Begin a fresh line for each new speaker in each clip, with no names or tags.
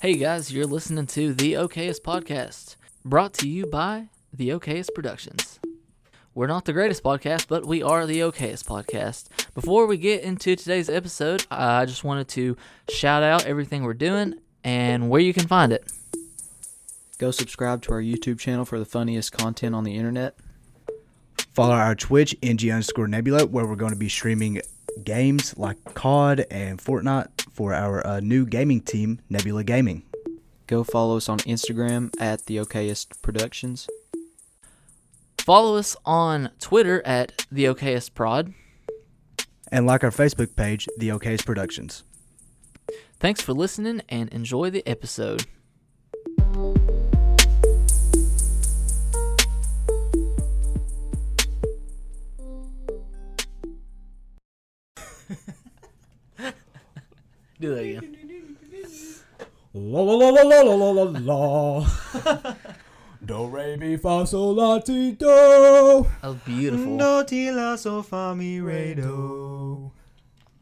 Hey guys, you're listening to the OKS podcast, brought to you by the OKS Productions. We're not the greatest podcast, but we are the OKS podcast. Before we get into today's episode, I just wanted to shout out everything we're doing and where you can find it.
Go subscribe to our YouTube channel for the funniest content on the internet.
Follow our Twitch, NG underscore Nebula, where we're going to be streaming games like COD and Fortnite for our uh, new gaming team, Nebula Gaming.
Go follow us on Instagram at the OKest Productions.
Follow us on Twitter at the OKS Prod.
And like our Facebook page, The OKs Productions.
Thanks for listening and enjoy the episode. Do that again.
La la la la la la la la. Do re mi fa sol la ti do.
That was beautiful.
ti la sol fa mi re do.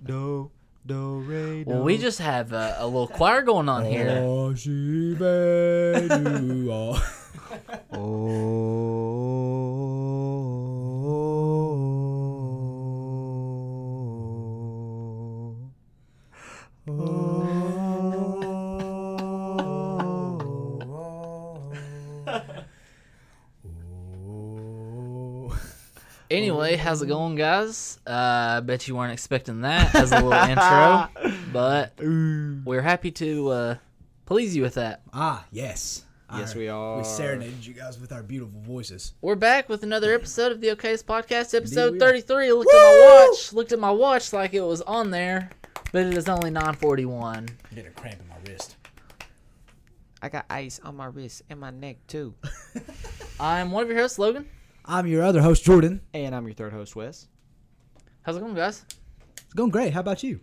Do do re
Well, we just have a, a little choir going on
Oh.
here.
Ah,
Anyway, how's it going, guys? Uh, bet you weren't expecting that as a little intro, but we're happy to uh, please you with that.
Ah, yes.
Yes,
Our-
we are.
We serenaded you guys with our beautiful voices.
We're back with another episode of the OK's podcast, episode
we are.
33. Looked at my watch, looked at my watch like it was on there, but it is only 9:41.
I get a cramp in my wrist.
I got ice on my wrist and my neck too.
I'm one of your hosts, Logan.
I'm your other host, Jordan.
And I'm your third host, Wes.
How's it going, guys?
It's going great. How about you?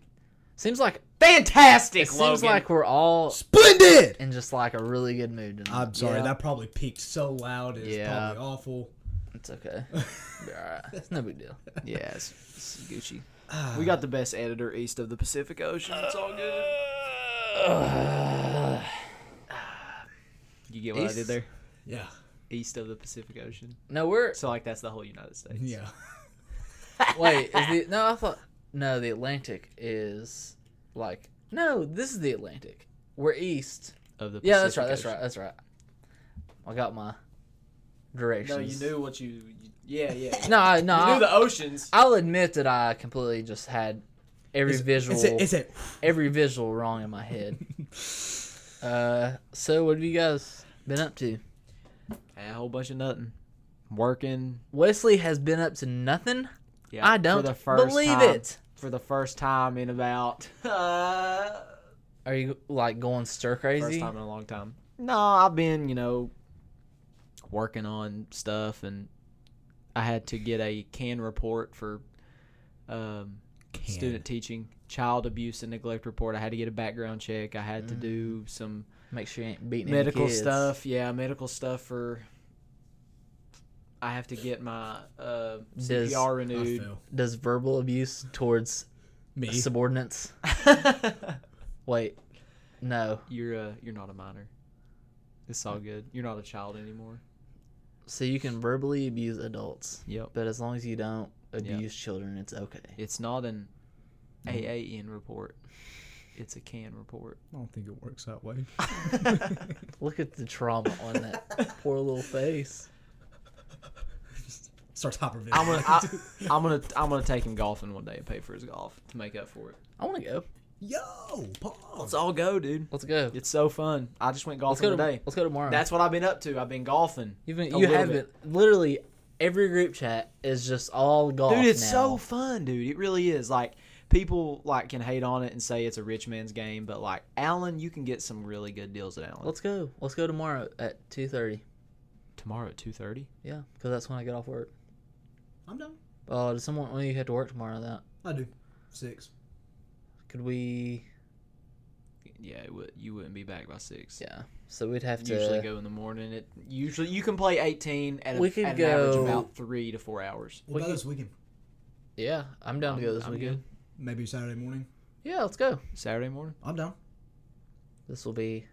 Seems like
Fantastic,
it seems like we're all
Splendid!
in just like a really good mood. Tonight.
I'm sorry,
Yeah.
that probably peaked so loud. It's
Yeah.
probably awful.
It's okay. Be all right. It's no big deal.
yes, this is Gucci.
Ah.
we got the best editor east of the Pacific Ocean. It's all good. You get what I
East?
did there?
Yeah.
East of the Pacific Ocean.
No, we're
So like that's the whole United States.
Yeah.
wait. Is the no? I thought no. The Atlantic is like no. This is the Atlantic. We're east.
Of the Pacific
Yeah, that's right. That's
Ocean.
right. That's right. I got my directions.
what you, Yeah, yeah.
No, I, no. I,
oceans.
I'll admit that I completely just had every visual,
It's a, it's a,
every visual wrong in my head. uh, so what have you guys been up to?
a whole bunch of nothing. Working.
Wesley has been up to nothing.
Yeah.
I don't
for the first
believe
time,
it.
For the first time in about uh,
Are you like going stir crazy?
First time in a long time. No, I've been, you know, working on stuff, and I had to get a can report for um,
Can.
student teaching, child abuse and neglect report. I had to get a background check. I had to do some
Make sure you ain't beating any
medical
kids.
stuff. Yeah, medical stuff for. I have to get my uh,
Does-
CPR
I
renewed.
feel.
Does verbal abuse towards
Me.
subordinates? Wait, no.
you're uh, you're not a minor. It's all good. You're not a child anymore.
So you can verbally abuse adults,
Yep.
but as long as you don't abuse children, it's okay.
It's not an Mm. AAN report. It's a CAN report.
I don't think it works that way.
Look at the trauma on that poor little face.
Starts hyperventilating.
I'm gonna, I, I'm gonna, I'm gonna take him golfing one day and pay for his golf to make up for it.
I want to go.
Yo,
Let's
pause.
all go, dude.
Let's go.
It's so fun. I just went
Let's go
golfing
to,
today.
Let's go tomorrow.
That's what I've been up to. I've been golfing.
You've been, you
a little
have been
bit.
literally every group chat is just all golf.
dude. It's
now.
so fun, dude. It really is. Like people like can hate on it and say it's a rich man's game, but like Allen, you can get some really good deals at Allen.
Let's go. Let's go tomorrow at two thirty.
Tomorrow at two thirty.
Yeah, because that's when I get off work.
I'm done.
Oh, does someone? Well, you have to work tomorrow. That
I do. Six.
could we?
Yeah, it would, you wouldn't be back by six.
Yeah. So we'd have to.
usually go in the morning. It usually you can play eighteen at, a,
We could
at an average
go-
of about three to four hours.
What about this weekend?
Yeah, I'm down to go this
I'm
weekend.
Maybe Saturday morning.
Yeah, let's go.
Saturday morning.
I'm down.
This will be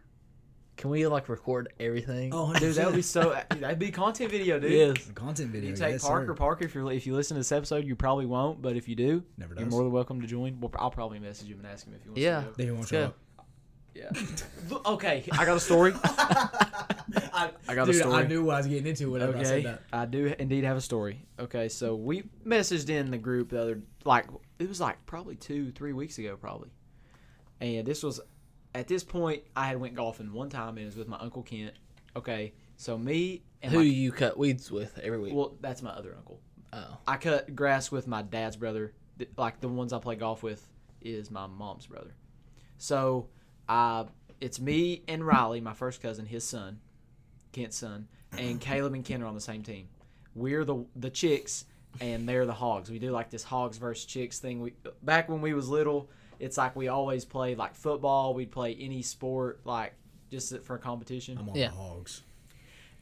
Can we like record everything?
Oh,
Dude, that would be so. That'd be content video, dude.
yes.
content video.
You take
yes,
Parker.
sir.
Parker, if you if you listen to this episode, you probably won't. But if you do,
Never
you're
does.
more than welcome to join. Well, I'll probably message him and ask him if he wants
Yeah.
to. go.
Then you won't
Let's
show
go.
up.
Yeah. Look, okay, I got a story.
I,
I got a
dude, I
story.
knew what I was getting into whenever I said
Okay,
that.
I, do indeed have a story. Okay, so we messaged in the group the other like it was like probably two three weeks ago probably, and this was at this point I had went golfing one time and it was with my uncle Kent. Okay, so me and
Who
my,
you cut weeds with every week?
well that's my other uncle.
oh,
I cut grass with my dad's brother. Th- Like the ones I play golf with is my mom's brother. So uh, it's me and Riley, my first cousin, his son, Kent's son, and Caleb and Ken are on the same team. We're the the chicks and they're the hogs. We do like this hogs versus chicks thing. We back when we was little, it's like we always played like football. We'd play any sport like just for competition
I'm on
Yeah.
the hogs.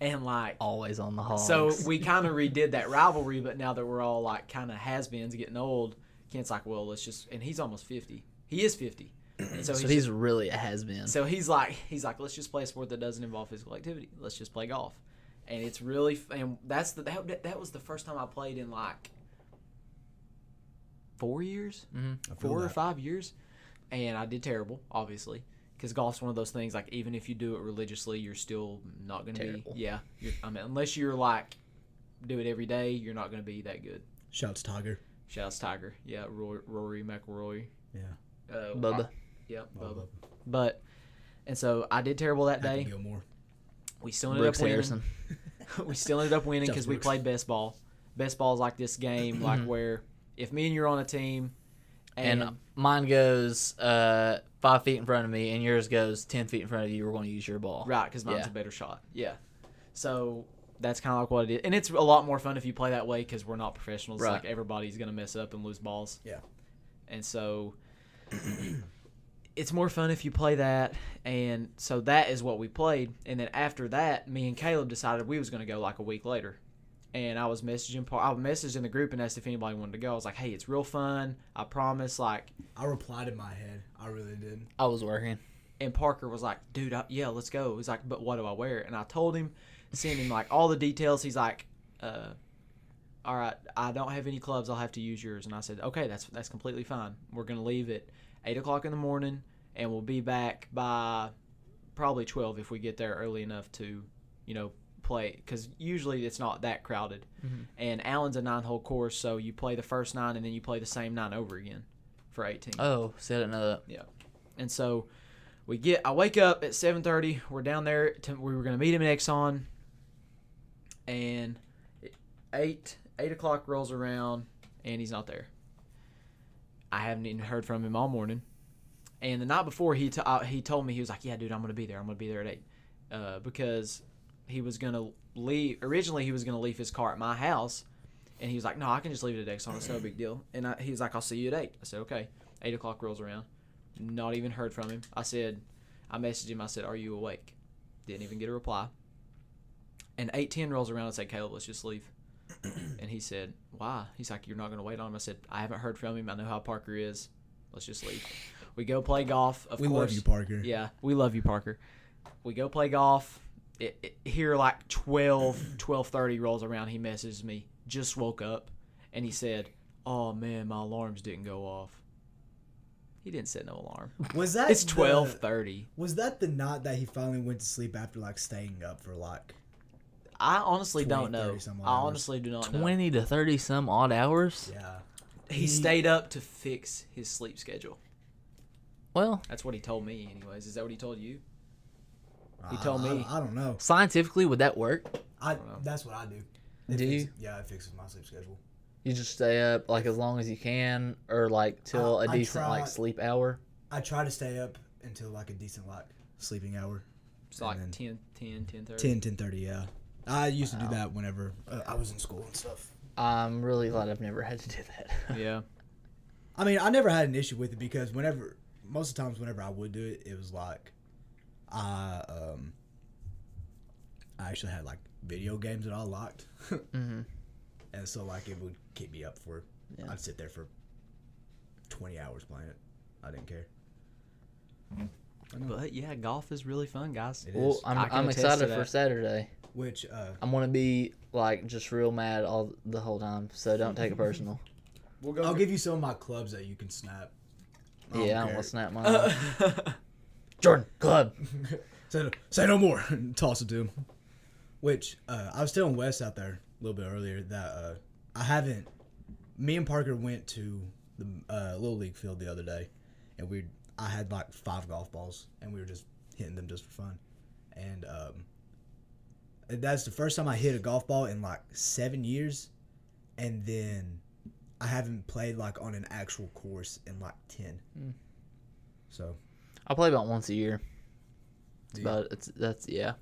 and like
always on the hall.
so we kind of redid that rivalry, but now that we're all like kind of has-beens getting old, Kent's like, well, let's just and he's almost fifty. He is fifty. And so,
so
he's,
he's really a has been.
so he's like he's like let's just play a sport that doesn't involve physical activity. Let's just play golf, and it's really f- and that's the that, that was the first time I played in like four years
I feel
four or
that.
five years, and I did terrible, obviously, because golf's one of those things. Like even if you do it religiously, you're still not going to be.
Terrible.
Yeah, you're, I mean, unless you're like do it every day, you're not going to be that good.
Shouts Tiger.
Shouts Tiger, yeah, Rory, Rory McIlroy,
Yeah.
uh,
Bubba.
yeah,
Bubba.
Bubba. But and so I did terrible that
Happy
day.
Gilmore.
We still ended
Brooks
up winning.
Harrison.
we still ended up winning
Tell
because we
Brooks.
played best ball. Best ball is like this game, like where if me and you're on a team,
Mm-hmm. And mine goes uh, five feet in front of me, and yours goes ten feet in front of you. We're going to use your ball.
Right, because mine's
Yeah.
a better shot. Yeah. So that's kind of like what it is. And it's a lot more fun if you play that way because we're not professionals.
Right.
Like everybody's going to mess up and lose balls.
Yeah.
And so it's more fun if you play that. And so that is what we played. And then after that, me and Caleb decided we was going to go like a week later. And I was messaging, Par- I messaged in the group and asked if anybody wanted to go. I was like, "Hey, it's real fun. I promise." Like,
I replied in my head. I really did.
I was working.
and Parker was like, dude, I, yeah, let's go. He's like, but what do I wear? And I told him, sent him like all the details. He's like, uh, all right, I don't have any clubs. I'll have to use yours. And I said, okay, that's that's completely fine. We're gonna leave at eight o'clock in the morning, and we'll be back by probably twelve if we get there early enough to, you know, play because usually it's not that crowded. And Allen's a nine-hole course, so you play the first nine, and then you play the same nine over again for eighteen.
Oh, see, I didn't know that.
And so we get I wake up at 7:30. We're down there to, we were going to meet him at Exxon. And 8 8 o'clock rolls around and he's not there. I haven't even heard from him all morning. And the night before he t- I, he told me he was like, "Yeah, dude, I'm going to be there. I'm going to be there at 8." Uh, because he was going to leave originally he was going to leave his car at my house and he was like, "No, I can just leave it at Exxon. It's no big deal." And I, he was like, "I'll see you at 8." I said, "Okay." 8 o'clock rolls around not even heard from him. I said, I messaged him. I said, "Are you awake?" Didn't even get a reply. And eight ten rolls around and said, "Caleb, let's just leave." and he said, "Why?" He's like, "You're not gonna wait on him." I said, "I haven't heard from him. I know how Parker is. Let's just leave." We go play golf. Of
we
course,
love you, Parker.
yeah, we love you, Parker. We go play golf. It, it, here, like 12, 12.30 rolls around, he messages me, just woke up, and he said, oh, man, my alarms didn't go off. He didn't set no alarm.
Was that
It's
the-
12.30.
was that the night that he finally went to sleep after like staying up for like?
I honestly don't
20,
know.
30 some
I
odd hours.
honestly do not know.
Twenty to thirty some odd hours.
Yeah.
He stayed up to fix his sleep schedule.
Well,
That's what he told me, anyways. Is that what he told you? He
I-
told me.
I, I don't know.
scientifically, would that work?
I
don't know.
that's what I do. It
Do
fix-
you?
Yeah, it fixes my sleep schedule.
You just stay up like as long as you can, or like till
I-
a
I
decent like
tried-
sleep hour.
I try to stay up until like a decent like sleeping hour,
It's like
And
10, 10, 10.30.
10, 10.30, Yeah. I used to do that whenever uh, I was in school and stuff.
I'm really glad I've never had to do that.
Yeah.
I mean, I never had an issue with it because whenever, most of the times, whenever I would do it, it was like, I um, I actually had like video games that I locked,
Mhm.
and so like it would keep me up for.
Yeah.
I'd sit there for twenty hours playing it. I didn't care.
But yeah, golf is really fun, guys.
It
Well,
is.
I'm,
I can
I'm
attest to
excited for
that.
Saturday.
Which uh,
I'm gonna be like just real mad all the whole time, so don't take it personal.
We'll go.
I'll give you some of my clubs that you can snap. I don't
yeah, I don't
care. Uh,
want to snap my
Jordan.
club.
Say no, say no more. and Toss it to him. Which uh, I was telling Wes out there a little bit earlier that uh, I haven't. Me and Parker went to the uh, little league field the other day, and we I had like five golf balls, and we were just hitting them just for fun. And um, that's the first time I hit a golf ball in like seven years, and then I haven't played like on an actual course in like ten. So
I play about once a year. It's
Do you?
about it's that's yeah.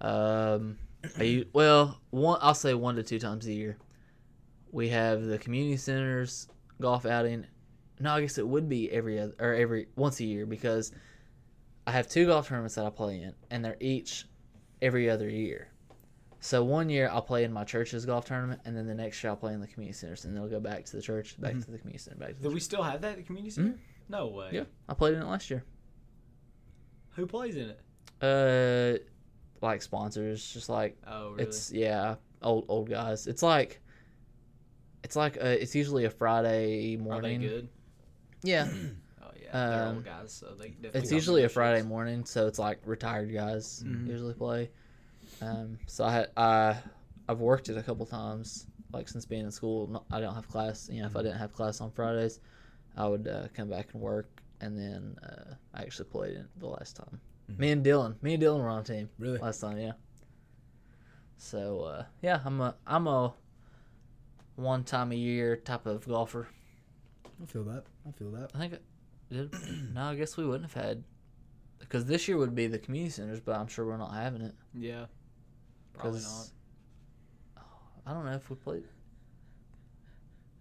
Um, I u- well one I'll say one to two times a year. We have the community centers golf outing. No, I guess it would be every other, or every once a year because I have two golf tournaments that I play in, and they're each every other year. So one year I'll play in my church's golf tournament, and then the next year I'll play in the community centers, and they'll go back to the church, back to the community center, back to the
Do we still have that at the community center? No way.
Hmm? yeah. I played in it last year.
Who plays in it?
Uh, like sponsors, just like
Oh, really?
it's yeah, old old guys. It's like, it's like a, it's usually a Friday
Are they
morning.
good?
Yeah,
Oh yeah, they're
Um,
old guys, so they definitely.
it's
got
usually a
memberships.
Friday morning, so it's like retired guys
Mm-hmm.
usually play. Um, so I had I I've worked it a couple times, like since being in school. no- I don't have class. You know, if
Mm-hmm.
I didn't have class on Fridays, I would uh, come back and work, and then uh, I actually played it the last time.
Mm-hmm.
Me and Dylan, me and Dylan were on the team.
really,
last time, yeah. So uh, yeah, I'm a I'm a one time a year type of golfer.
I feel that. I feel that.
I think did, no, I guess we wouldn't have had because this year would be the community centers, but I'm sure we're not having it.
Yeah. Probably not.
'Cause- I don't know if we played.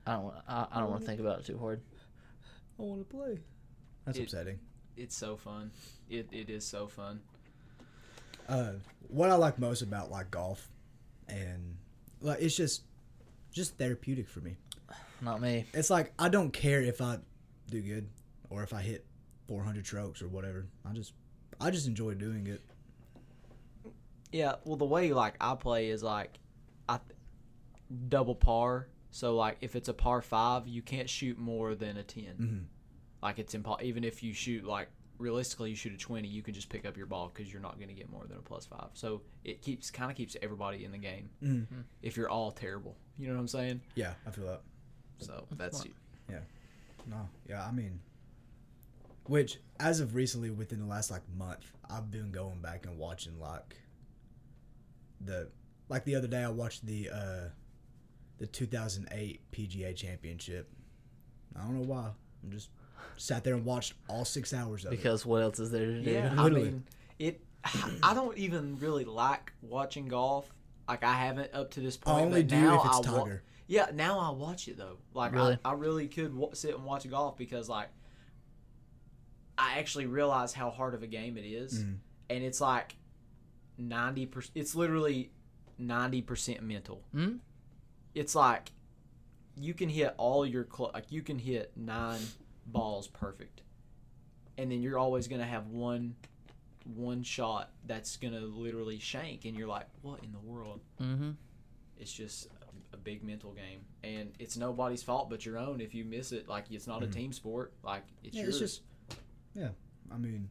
I don't. wa- I, I don't want to think about it too hard.
I want to play. That's
It-
upsetting.
It's so fun. It it is so fun.
Uh, what I like most about like golf, and like it's just, just therapeutic for me.
Not me.
It's like I don't care if I do good or if I hit 400 strokes or whatever. I just, I just enjoy doing it.
Yeah, well, the way like I play is like I th- double par. So like if it's a par five, you can't shoot more than a 10
Mm-hmm.
Like it's impossible. Even if you shoot like realistically, you shoot a twenty, you can just pick up your ball because you're not going to get more than a plus five. So it keeps kind of keeps everybody in the game.
Mhm.
If you're all terrible, you know what I'm saying.
Yeah, I feel that.
So that's you.
No, yeah, I mean, which as of recently, within the last like month, I've been going back and watching like the like the other day I watched the uh the 2008 PGA Championship. I don't know why. I'm just sat there and watched all six hours of it.
Because what else is there to do?
Yeah, I
Literally.
mean, it. I don't even really like watching golf. Like I haven't up to this point.
I only
but
do
now
if it's
I wa-
Tiger.
yeah, now I watch it though. Like
Really?
I, I really could w- sit and watch golf because like I actually realize how hard of a game it is,
Mm.
and it's like ninety percent. It's literally ninety percent mental.
Hmm?
It's like you can hit all your cl- like you can hit nine balls perfect, and then you're always gonna have one one shot that's gonna literally shank, and you're like, what in the world?
Mm-hmm.
It's just a big mental game, and it's nobody's fault but your own if you miss it. Like it's not a team sport. Like it's
Yeah,
yours.
it's just yeah. I mean,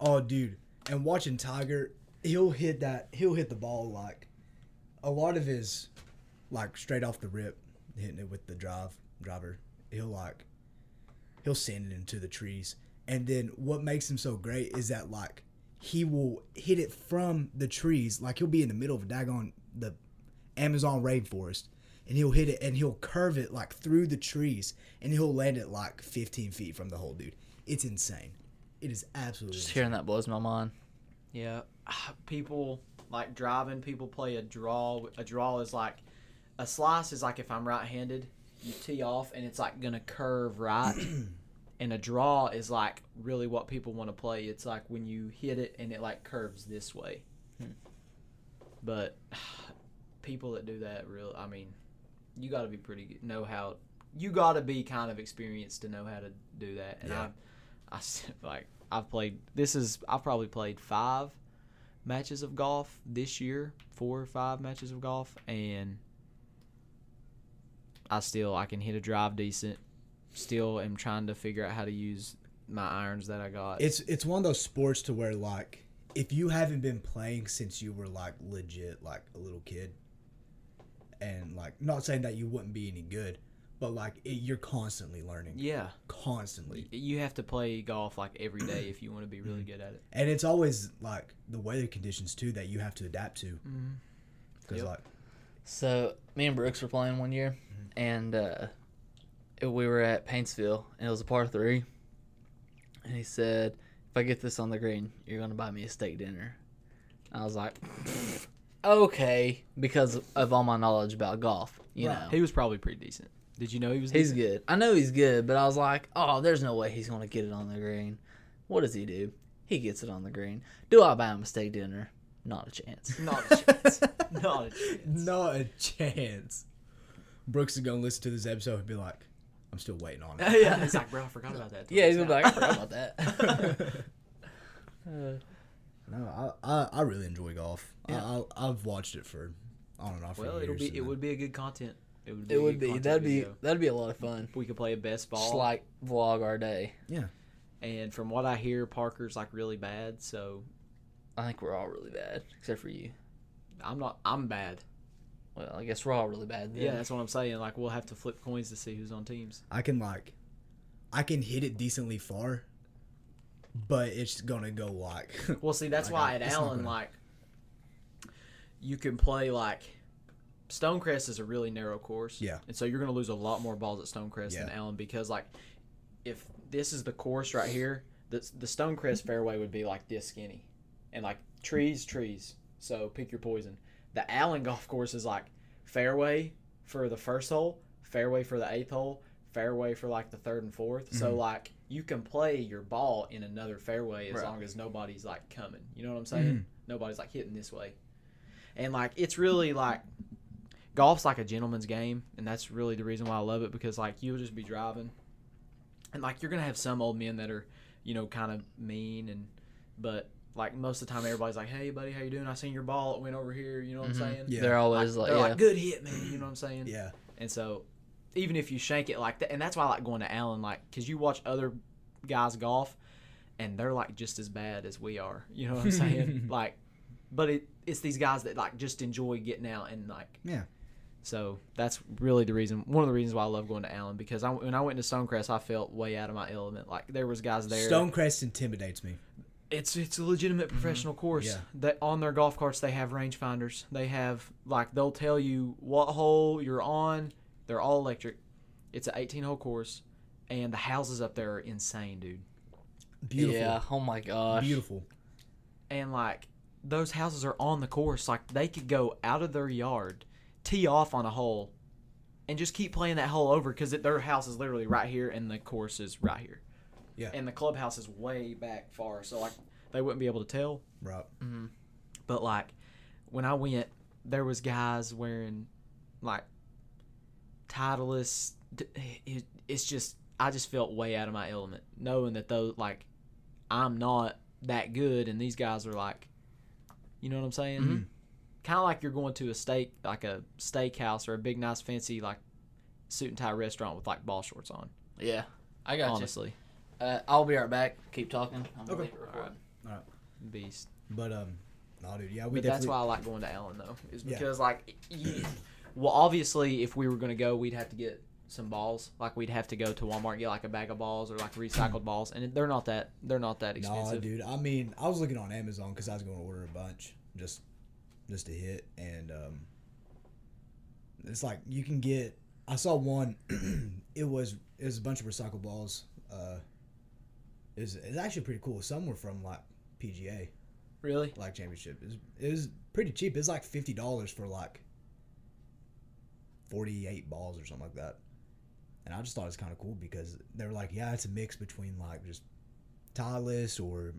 oh dude, and watching Tiger, he'll hit that. He'll hit the ball like a lot of his like straight off the rip, hitting it with the drive driver. He'll like he'll send it into the trees, and then what makes him so great is that like he will hit it from the trees. Like he'll be in the middle of a daggone the Amazon rainforest. And he'll hit it and he'll curve it like through the trees and he'll land it like 15 feet from the hole, dude. It's insane. It is absolutely
Just hearing that blows my mind.
Yeah, people like driving. People play a draw. A draw is like a slice is like if I'm right-handed, you tee off and it's like gonna curve right. and a draw is like really what people want to play. It's like when you hit it and it like curves this way. But people that do that, real, I mean, you got to be pretty good. Know how. You got to be kind of experienced to know how to do that. And
Yeah.
I, I s- like I've played. This is I've probably played five matches of golf this year, four or five matches of golf, and I still I can hit a drive decent. Still am trying to figure out how to use my irons that I got.
It's it's one of those sports to where like if you haven't been playing since you were like legit like a little kid, and like not saying that you wouldn't be any good, but like it, you're constantly learning,
yeah,
constantly,
you have to play golf like every day if you want to be
Mm.
really good at it.
and it's always like the weather conditions too that you have to adapt to.
Mm-hmm.
Because
Yep.
like
So me and Brooks were playing one year, and uh, it- we were at Paintsville, and it was a par three. And he said, "If I get this on the green, you're gonna buy me a steak dinner." I was like, "Okay," because of all my knowledge about golf, you know.
He was probably pretty decent. Did you know he was?
Oh. He's
decent?
good. I know he's good, but I was like, oh, there's no way he's going to get it on the green. What does he do? He gets it on the green. Do I buy him a steak dinner? Not a chance.
Not a chance. Not a chance.
not a chance. Brooks is gonna listen to this episode and be like, "I'm still waiting on it."
yeah, it's like, bro, I forgot about that.
yeah, he's going to be like, I forgot about that.
No, I, I I really enjoy golf. I, I I've watched it for on and off. for
Well, it'll
years
be.
and
It
then-
would be a good content. It would. Be
it
a
would
good
be.
content
That'd be
video.
that'd be a lot of fun.
We could play a best ball.
Just like vlog our day.
yeah.
and from what I hear, Parker's like really bad. So
I think we're all really bad, except for you.
I'm not. I'm bad.
Well, I guess we're all really bad. Then.
Yeah, that's what I'm saying. Like we'll have to flip coins to see who's on teams.
I can like, I can hit it decently far, but it's gonna go like
Well, see, that's
Like,
why
I-
at
it's not
Allen,
gonna-
like, you can play like Stonecrest is a really narrow course.
Yeah.
And so you're going to lose a lot more balls at Stonecrest than
Yeah.
Allen because, like, if this is the course right here, the, the Stonecrest fairway would be like this skinny. And like trees, trees. So pick your poison. The Allen golf course is like fairway for the first hole, fairway for the eighth hole, fairway for like the third and 4th So like you can play your ball in another fairway as
Right.
long as nobody's like coming. You know what I'm saying? Nobody's like hitting this way. And like it's really like golf's like a gentleman's game and that's really the reason why I love it because like you'll just be driving and like you're gonna have some old men that are, you know, kind of mean and but like most of the time everybody's like, Hey buddy, how you doing? I seen your ball, it went over here, you know what
Mhm.
I'm saying?
Mm-hmm. Yeah.
They're
Like,
always like,
they're
yeah.
like good hit, man. You know what I'm saying?
yeah.
And so, even if you shank it like that, and that's why I like going to Allen, like, because you watch other guys golf, and they're like just as bad as we are. You know what I'm saying? like, but it, it's these guys that like just enjoy getting out and like.
Yeah.
So that's really the reason, one of the reasons why I love going to Allen because I, when I went to Stonecrest, I felt way out of my element. Like there was guys there.
Stonecrest intimidates me.
It's it's a legitimate professional course.
Mm-hmm. Yeah.
That on their golf carts they have rangefinders. They have like they'll tell you what hole you're on. They're all electric. It's an 18 hole course, and the houses up there are insane, dude.
Beautiful,
Yeah. Oh my gosh.
beautiful.
And like those houses are on the course. Like they could go out of their yard, tee off on a hole, and just keep playing that hole over because their house is literally right here and the course is right here.
Yeah.
And the clubhouse is way back far, so like they wouldn't be able to tell.
Right.
But like when I went, there was guys wearing like Titleist. d- It, it's just I just felt way out of my element, knowing that though like I'm not that good, and these guys are like, you know what I'm saying? Kind of like you're going to a steak like a steakhouse or a big nice fancy like suit and tie restaurant with like ball shorts on.
Yeah. I got you.
Honestly,
Uh, I'll be right back. Keep talking. I'm gonna
Okay.
leave it recording.
beast.
But um, no, dude. Yeah, we
But
definitely.
that's why I like going to Allen though, is
Yeah.
because like, you, well, obviously, if we were gonna go, we'd have to get some balls. Like we'd have to go to Walmart and get like a bag of balls or like recycled balls, and they're not that they're not that
Nah,
expensive.
dude. I mean, I was looking on Amazon because I was going to order a bunch just just to hit, and um, it's like you can get. I saw one. it was it was a bunch of recycled balls. Uh, it's it's actually pretty cool. Some were from like PGA
really?
like championship. It was, it was pretty cheap. It's like fifty dollars for like forty eight balls or something like that. And I just thought it was kind of cool because they were like, yeah, it's a mix between like just Titleist or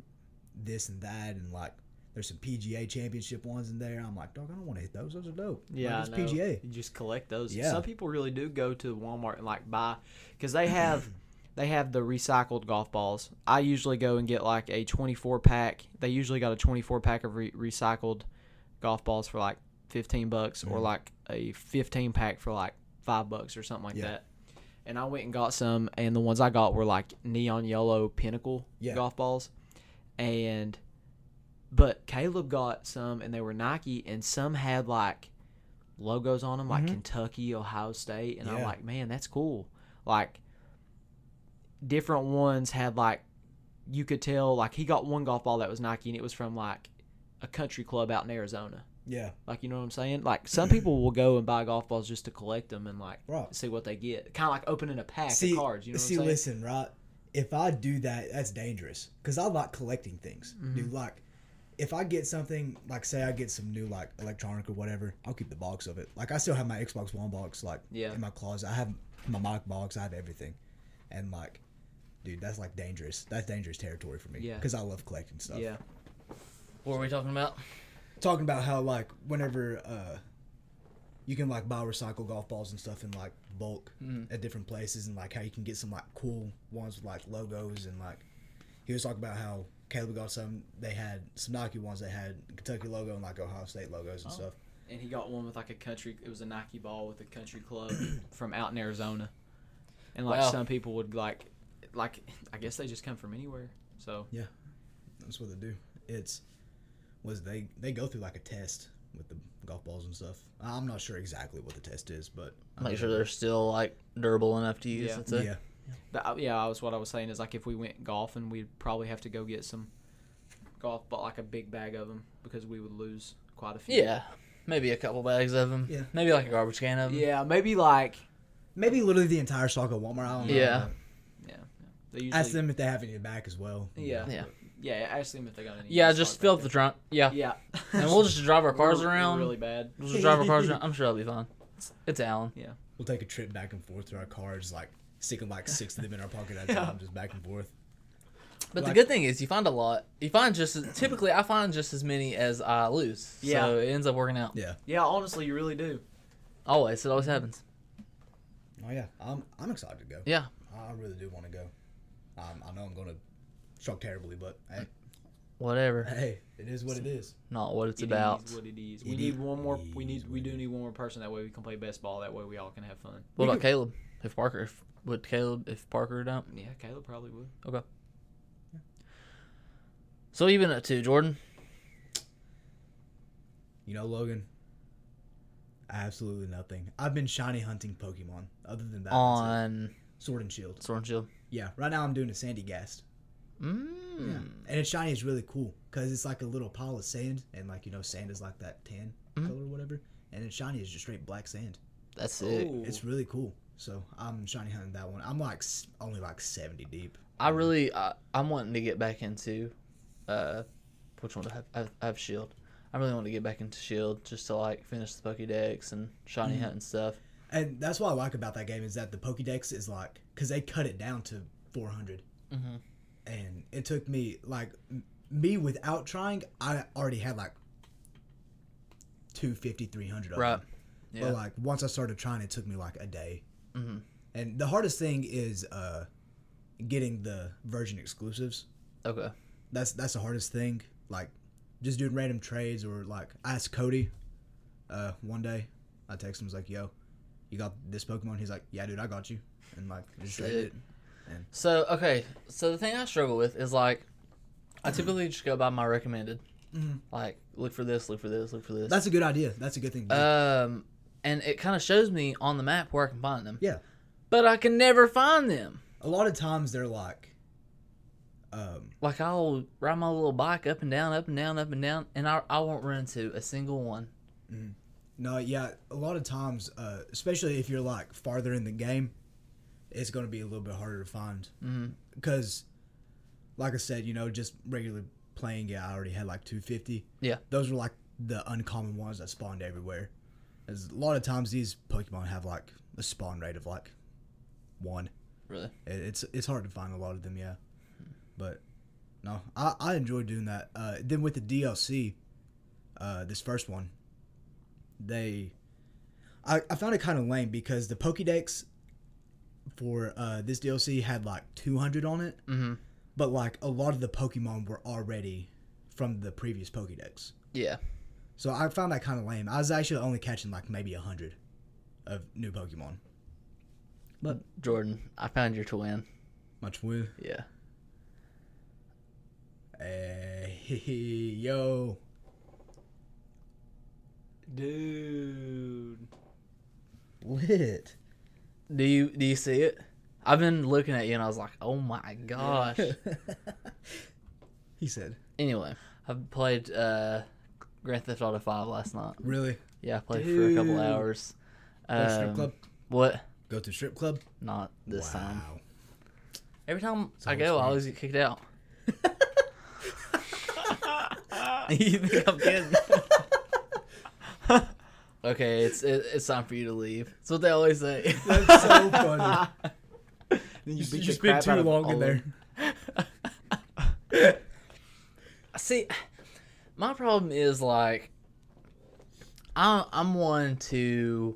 this and that, and like there's some PGA championship ones in there. I'm like, dog, I don't want to hit those. Those are dope.
Yeah,
like,
I
it's
know.
PGA.
You just collect those.
Yeah.
Some people really do go to Walmart and like buy because they have They have the recycled golf balls. I usually go and get like a 24 pack. They usually got a 24 pack of re- recycled golf balls for like 15 bucks
Mm-hmm.
or like a 15 pack for like 5 bucks or something like
Yeah.
that. And I went and got some and the ones I got were like neon yellow pinnacle
Yeah.
golf balls. And but Caleb got some and they were Nike and some had like logos on them like Kentucky, Ohio State, and I'm
Mm-hmm. Yeah.
like, man, that's cool. Like different ones had like you could tell like he got one golf ball that was Nike and it was from like a country club out in Arizona.
Yeah.
Like you know what I'm saying? Like some people will go and buy golf balls just to collect them and like
Right.
see what they get. Kind of like opening a pack
See,
of cards. You know
see,
what I'm saying?
listen, right? If I do that, that's dangerous because I like collecting things,
Mm-hmm.
dude. Like, if I get something, like say I get some new like electronic or whatever, I'll keep the box of it. Like I still have my Xbox One box, like
Yeah.
in my closet. I have my mic box. I have everything, and like, dude, that's like dangerous. That's dangerous territory for me.
Yeah.
Because I love collecting stuff.
Yeah.
What were we talking about?
Talking about how like whenever uh, you can like buy recycled golf balls and stuff in like bulk
Mm-hmm.
at different places and like how you can get some like cool ones with like logos and like he was talking about how Caleb got some they had some Nike ones that had Kentucky logo and like Ohio State logos
Oh.
and stuff.
And he got one with like a country. It was a Nike ball with a country club from out in Arizona. And like
Wow.
some people would like, like I guess they just come from anywhere. So
That's what they do. It's was they they go through like a test with the golf balls and stuff. I'm not sure exactly what the test is, but I
Make
know
sure
they-
they're still like durable enough to use.
Yeah.
That's it.
yeah.
But uh, yeah, I was what I was saying is like if we went golfing, we'd probably have to go get some golf, but like a big bag of them because we would lose quite a few.
Yeah, um, maybe a couple bags of them.
Yeah.
maybe like a garbage can of them.
yeah, maybe like
Maybe literally the entire stock of Walmart. I don't know.
Yeah.
yeah. They usually,
Ask them if they have any back as well.
Yeah,
Yeah.
yeah. Ask them if they got any.
Yeah,
golf
just
cart
fill up
back
the trunk. Yeah.
there. Yeah,
and we'll just drive our cars
We're- we're
around.
really bad.
We'll just drive our cars around. I'm sure that'll be fine. It's, it's Alan.
We'll take a trip back and forth to our cars, like sticking like six of them in our pocket at a time, just back and forth.
But the
Like-
good thing is, you find a lot. You find just as, typically, I find just as many as I lose.
Yeah.
So it ends up working out.
Yeah.
Yeah, honestly, you really do.
Always, it always happens.
Oh yeah. I'm I'm excited to go.
Yeah.
I really do want to go. Um, I know I'm gonna shock terribly, but hey,
Whatever.
hey, it is what it is.
Not what it's
It is
about.
what it is. We
It
need
is
one more.
what
We
it
need.
is,
We
what
do
it
need one more person. That way we can play best ball. That way we all can have fun.
What about Caleb? If Parker, if would Caleb, if Parker don't.
Yeah, Caleb probably would.
So what you been up to, Jordan?
You know, Logan. Absolutely nothing. I've been shiny hunting Pokemon. Other than that, that's
On
it. Sword and Shield.
Sword and Shield.
Yeah. Right now I'm doing a Sandy Gast.
Mm.
And it's shiny is really cool because it's like a little pile of sand, and like you know, sand is like that tan
Mhm.
color or whatever, and it's shiny is just straight black sand.
That's sick.
It's really cool. So I'm shiny hunting that one. I'm like s- only like 70 deep.
I really, I, I'm wanting to get back into, uh, which one do I have? I have, I have Shield. I really want to get back into Shield just to like finish the Pokédex and shiny
Mm.
hunt and stuff.
And that's what I like about that game is that the Pokédex is like because they cut it down to 400,
Mhm.
and it took me like m- me without trying. I already had like 250, 300 of
Right.
them.
Yeah.
But like once I started trying, it took me like a day.
Mhm.
And the hardest thing is uh getting the version exclusives.
Okay.
that's that's the hardest thing. Like just doing random trades or like I asked Cody uh one day. I text him was like, Yo, you got this Pokemon? He's like, Yeah dude, I got you and like just traded
Sick.
it.
So okay, so the thing I struggle with is like, I typically just go by my recommended.
Mhm.
Like, look for this, look for this, look for this.
That's a good idea. That's a good thing to do.
um, and it kind of shows me on the map where I can find them.
Yeah.
But I can never find them.
a lot of times they're like um
Like I'll ride my little bike up and down, up and down, up and down, and I I won't run into a single one.
no, yeah, a lot of times, uh, especially if you're like farther in the game, it's going to be a little bit harder to find.
Mhm.
Because, like I said, you know, just regularly playing it, I already had like 250.
Yeah.
Those were like the uncommon ones that spawned everywhere. As a lot of times these Pokemon have like a spawn rate of like one.
Really?
It- It's it's hard to find a lot of them, yeah. But no, I I enjoy doing that. Uh, then with the DLC, uh, this first one, they, I I found it kind of lame because the Pokédex for uh, this DLC had like 200 on it,
Mm-hmm.
but like a lot of the Pokemon were already from the previous Pokédex.
Yeah.
So I found that kind of lame. I was actually only catching like maybe 100 of new Pokemon.
But Jordan, I found your twin.
Much woo.
Yeah.
Hey, Eh, yo.
Dude.
Lit.
Do you do you see it? I've been looking at you and I was like, oh my gosh.
He said,
anyway, I played uh, Grand Theft Auto Five last night.
really?
Yeah, I played for a couple
Dude.
hours.
Go to strip
Um,
club?
What?
Go to strip club?
Not this time.
Wow.
Every time I
whole
go, I always get kicked out. you think I'm kidding? okay, it's it, it's time for you to leave. That's what they always say.
That's so funny.
Then
you
beat
you
the
spent
crap out
too
of
long
all
in
of
there.
them.
See, my problem is like, I'm I'm one to,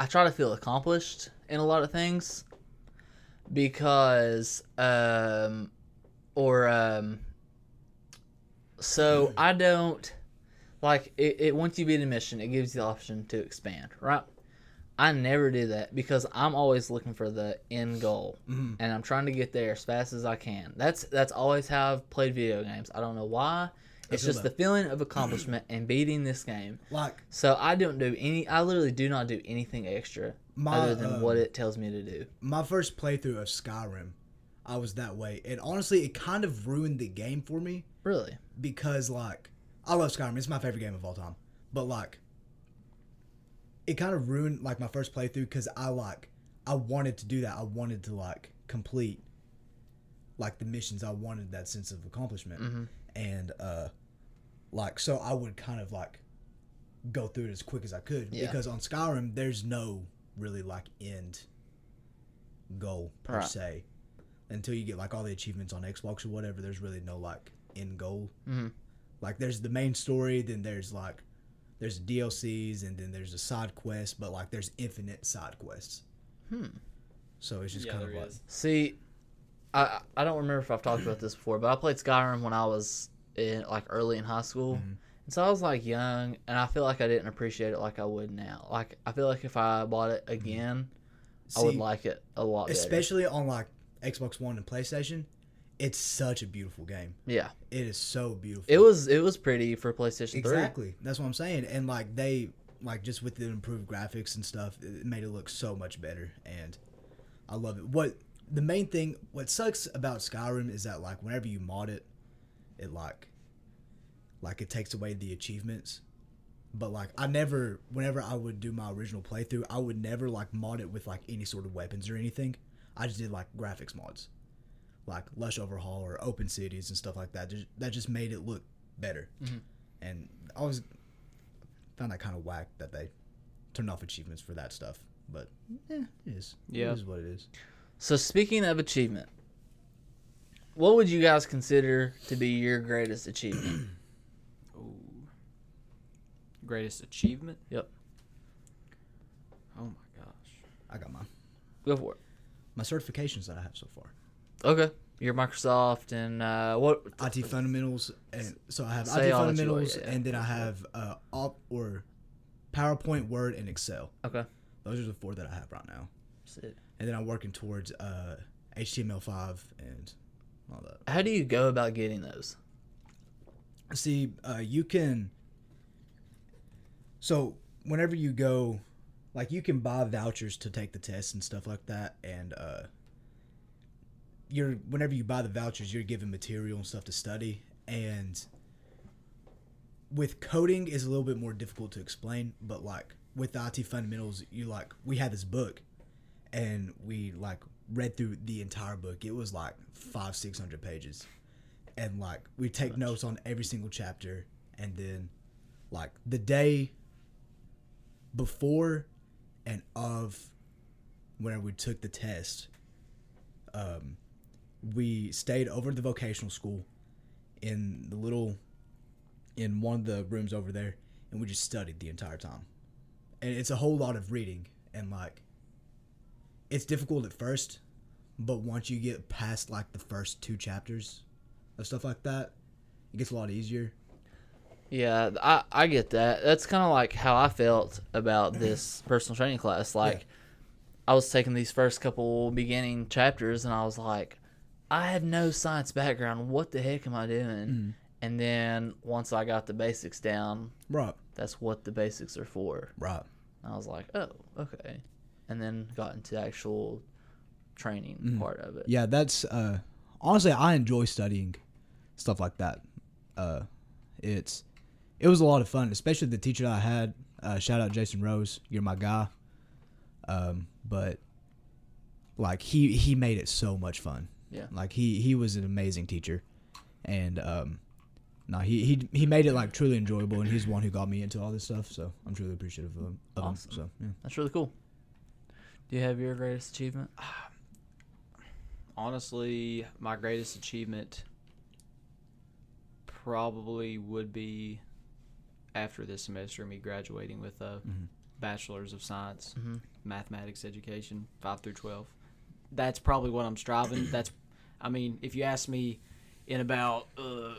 I try to feel accomplished in a lot of things, because um, or um, so I don't like it, it. Once you beat a mission, it gives you the option to expand, right? I never do that because I'm always looking for the end goal, and I'm trying to get there as fast as I can. That's that's always how I've played video games. I don't know why. It's
feel
just the feeling of accomplishment and beating this game.
Like,
So I don't do any. I literally do not do anything extra
My,
other than what
um,
it tells me to do.
my first playthrough of Skyrim, I was that way. And honestly, it kind of ruined the game for me
Really.
because, like, I love Skyrim. It's my favorite game of all time. But, like, it kind of ruined, like, my first playthrough because I, like, I wanted to do that. I wanted to, like, complete, like, the missions. I wanted that sense of accomplishment.
Mm-hmm.
And, uh, like, so I would kind of, like, go through it as quick as I could
Yeah.
because on Skyrim, there's no really, like, end goal per
Right.
se until you get like all the achievements on Xbox or whatever. There's really no like end goal.
Mhm.
Like there's the main story, then there's like there's DLCs, and then there's a side quest, but like there's infinite side quests.
Hmm.
So it's just
Yeah,
kind of
there
like
is.
See, I I- I don't remember if I've talked about this before, but I played Skyrim when I was in like early in high school,
Mm-hmm.
and so I was like young, and I feel like I didn't appreciate it like I would now. Like I feel like if I bought it again, I would
Mm-hmm. See,
like it a lot better.
especially on like Xbox One and PlayStation. It's such a beautiful game.
yeah,
It is so beautiful.
it was it was pretty for PlayStation Three.
exactly that's what I'm saying, and like they like just with the improved graphics and stuff, it made it look so much better, and I love it. What the main thing, what sucks about Skyrim is that like whenever you mod it, it like like it takes away the achievements. But like I never, whenever I would do my original playthrough, I would never like mod it with like any sort of weapons or anything. I just did like graphics mods, like Lush Overhaul or Open Cities and stuff like that. Just- That just made it look better, and I always found that kind of whack that they turned off achievements for that stuff. But yeah, it is.
Yeah.
it is what it is.
So speaking of achievement, what would you guys consider to be your greatest achievement?
Ooh. Greatest achievement?
Yep.
Oh my gosh.
I got mine.
Go for it.
My certifications that I have so far.
Okay, your Microsoft and uh, what?
IT fundamentals, and so I have
Say
IT
all that you are,
fundamentals,
yeah, yeah.
and then I have uh, op or PowerPoint, Word, and Excel.
Okay,
Those are the four that I have right now,
Sick.
and then I'm working towards uh, HTML5 and all that.
how do you go about getting those?
See, uh, you can. So whenever you go, like you can buy vouchers to take the tests and stuff like that, and uh, you're whenever you buy the vouchers, you're given material and stuff to study. And with coding is a little bit more difficult to explain, but like with the IT fundamentals, you like we had this book, and we like read through the entire book. It was like five six hundred pages and like we take notes on every single chapter and then like the day before and of when we took the test um we stayed over at the vocational school in the little in one of the rooms over there and we just studied the entire time and it's a whole lot of reading and like it's difficult at first, but once you get past like the first two chapters of stuff like that, it gets a lot easier.
Yeah, I, I get that. That's kind of like how I felt about this personal training class. Like, I was taking these first couple beginning chapters and I was like, I have no science background. What the heck am I doing? And then once I got the basics down,
Right.
that's what the basics are for.
Right.
And I was like, oh, okay. And then got into the actual training part of it.
Yeah, that's uh, honestly I enjoy studying stuff like that. Uh, it's it was a lot of fun, especially the teacher that I had. Uh, shout out Jason Rose, you're my guy. Um, but like he he made it so much fun.
Yeah.
Like he he was an amazing teacher, and um, no he he he made it like truly enjoyable, and he's the one who got me into all this stuff. So I'm truly appreciative of him. Of
Awesome.
Him, so yeah.
That's really cool. Do you have your greatest achievement?
honestly, my greatest achievement probably would be after this semester me graduating with a bachelor's of science, mathematics education, 5 through 12. That's probably what I'm striving. That's I mean, if you ask me in about uh,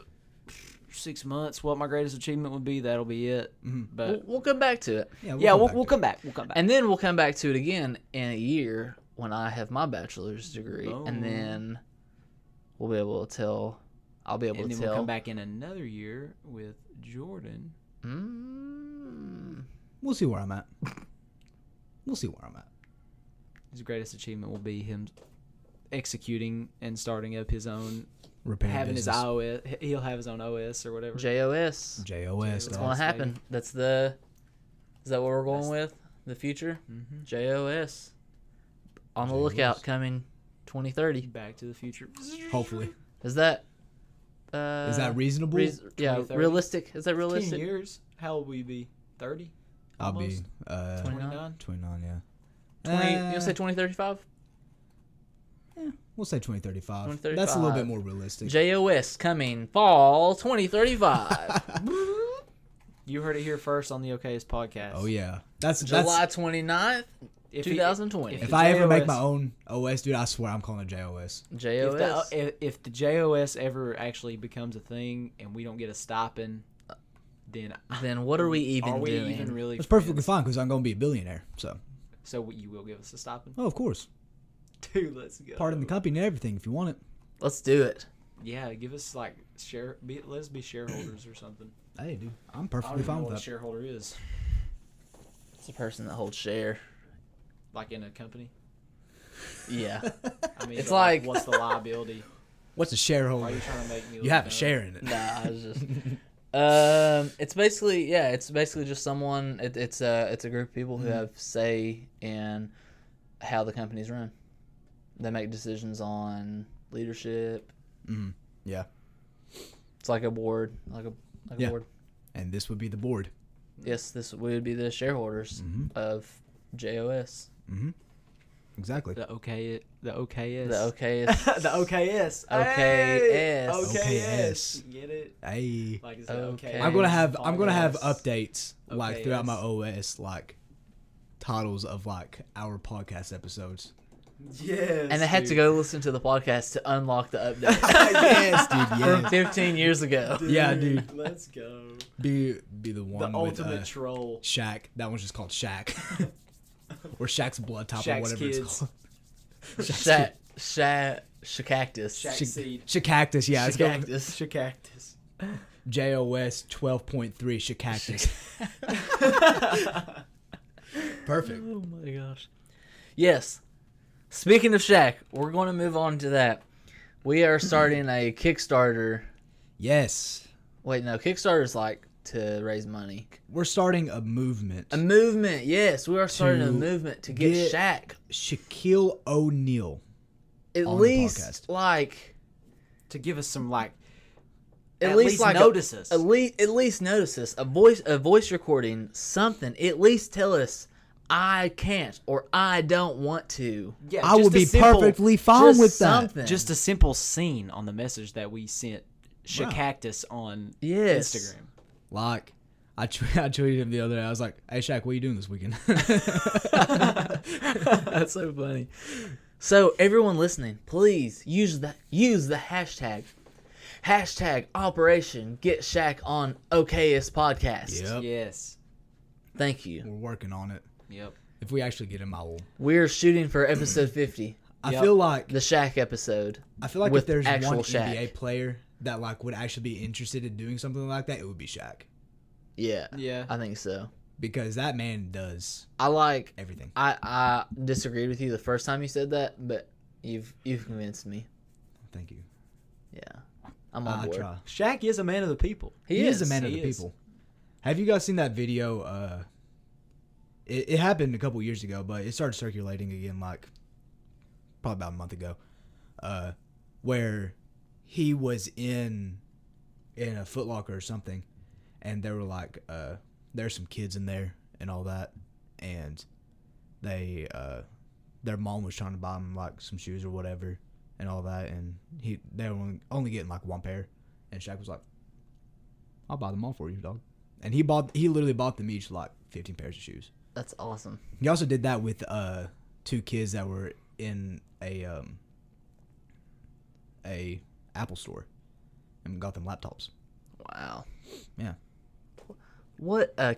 6 months what my greatest achievement would be, that'll be it. But
We'll, we'll come back to it.
Yeah,
yeah,
come
we'll,
back
we'll
to
come back. We'll come back.
And then we'll come back to it again in a year when I have my bachelor's degree,
Boom.
and then we'll be able to tell. I'll be able
and
to
then
tell.
we'll come back in another year with Jordan.
Mm,
it. We'll see where I'm at. We'll see where I'm at.
His greatest achievement will be him executing and starting up his own,
Repairing
having
business.
his OS. He'll have his own OS or whatever.
JOS.
JOS.
That's
dog.
gonna
Las
happen.
Vegas.
That's the. Is that what we're going with? The future. JOS. On the lookout coming, 2030.
Back to the Future.
Hopefully.
Is that? Uh,
Is that reasonable?
reas- yeah,
2030?
realistic. Is that
Ten
realistic?
years. How old will you be? Thirty.
I'll be
Almost.
uh,
20.
29?
29?
29, yeah.
20,
Uh,
you say 2035?
We'll say 2035. That's a little bit more realistic.
JOS coming fall 2035.
You heard it here first on the OKS podcast.
oh, yeah. That's, that's
July 29th,
If he-
2020.
if
If
the
I ever make my
JOS
own OS, dude, I swear I'm calling it JOS.
If the,
JOS.
if, if the JOS ever actually becomes a thing and we don't get a stopping, then
then what are we even
are we
doing?
Uh, even really?
It's perfectly
friends?
fine because I'm going to be a billionaire. So,
So you will give us a stopping.
oh, of course.
Dude, let's go.
Part in the company and everything if you want it.
Let's do it.
Yeah, give us like share. Be, let's be shareholders or something.
Hey, dude, I'm
I don't
perfectly
even know
fine
what
with
a
that.
shareholder is.
It's a person that holds share.
Like in a company.
Yeah.
I mean,
It's
but,
like-
what's the liability?
What's
Why
a
are
shareholder?
you trying to make me?
You
look
have a
dumb?
share in it.
nah, it's just. Um, it's basically yeah, it's basically just someone. It, it's a it's a group of people who
Mm-hmm.
have say in how the company's run. They make decisions on leadership.
Mhm. Yeah.
It's like a board, like a like a
Yeah.
board.
And this would be the board.
Yes, this would be the shareholders
Mm-hmm.
of JOS.
Exactly.
The okay. The OKS.
The okay.
the OKS.
Hey! OKS.
OKS. Get it?
Hey.
Like is that okay?
Okay.
I'm gonna have I'm gonna have
Podcast.
updates like
Okay,
throughout my
yes.
OS like titles of like our podcast episodes.
Yes.
And I had to
dude.
go listen to the podcast to unlock the update
yes, dude.
from
Yeah,
15 years ago.
yeah, dude.
Let's go.
Be be the
The
one with
ultimate
uh,
troll.
Shaq. That one's just called Shaq, or Shaq's blood type or
Shaq's
whatever it's
kids.
called.
Shat, shat, shacactus.
Shaq seed.
Shaqactus. Yeah, it's called
Shacactus.
Shacactus.
JOS 12.3 Shaqactus. Oh Perfect.
Oh my gosh. Yes. Speaking of Shaq, we're going to move on to that. We are starting a Kickstarter.
Yes,
Wait, no, Kickstarter is like to raise money.
we're starting a movement.
A movement. Yes, we are starting a
To
movement to get,
get-
Shaq
Shaquille O'Neal.
at
on the
least
podcast.
like
To give us some like
at,
At
least,
least
like
notice
a,
us.
At least at least notice us. A voice a voice recording something. At least tell us I can't or I don't want to.
yeah,
I
just
would
a
be
simple-
perfectly fine
Just
with that.
something.
Just a simple scene on the message that we sent Shakactus on
Yes.
Instagram.
Like, I, tw- I tweeted him the other day. I was like, "Hey Shaq, what are you doing this weekend?"
That's so funny. So everyone listening, please use the use the hashtag. Hashtag Operation Get Shaq on OKS Podcast.
yep,
Yes.
Thank you.
we're working on it.
Yep.
If we actually get him, I will.
We're shooting for episode 50,
I
Yep.
feel like
the Shaq episode.
I feel like
with
if there's one
actual Shaq.
NBA player that like would actually be interested in doing something like that, it would be Shaq
Yeah,
Yeah.
I think so.
because that man does
I like.
everything.
I I disagreed with you the first time you said that, but you've you've convinced me.
Thank you.
Yeah, I'm on
I
board.
try.
Shaq is a man of the people.
He,
he
is.
is, a man of
he
the
is.
people. Have you guys seen that video? Uh, it, it happened a couple years ago, but it started circulating again, like probably about a month ago, uh, where he was in in a Foot Locker or something, and there were like uh, there's some kids in there and all that, and they uh, their mom was trying to buy him like some shoes or whatever and all that, and he they were only- only getting like one pair, and Shaq was like. I'll buy them all for you, dog. And he bought he literally bought them each like fifteen pairs of shoes.
That's awesome.
He also did that with uh two kids that were in a um a Apple store and got them laptops.
Wow.
Yeah.
What a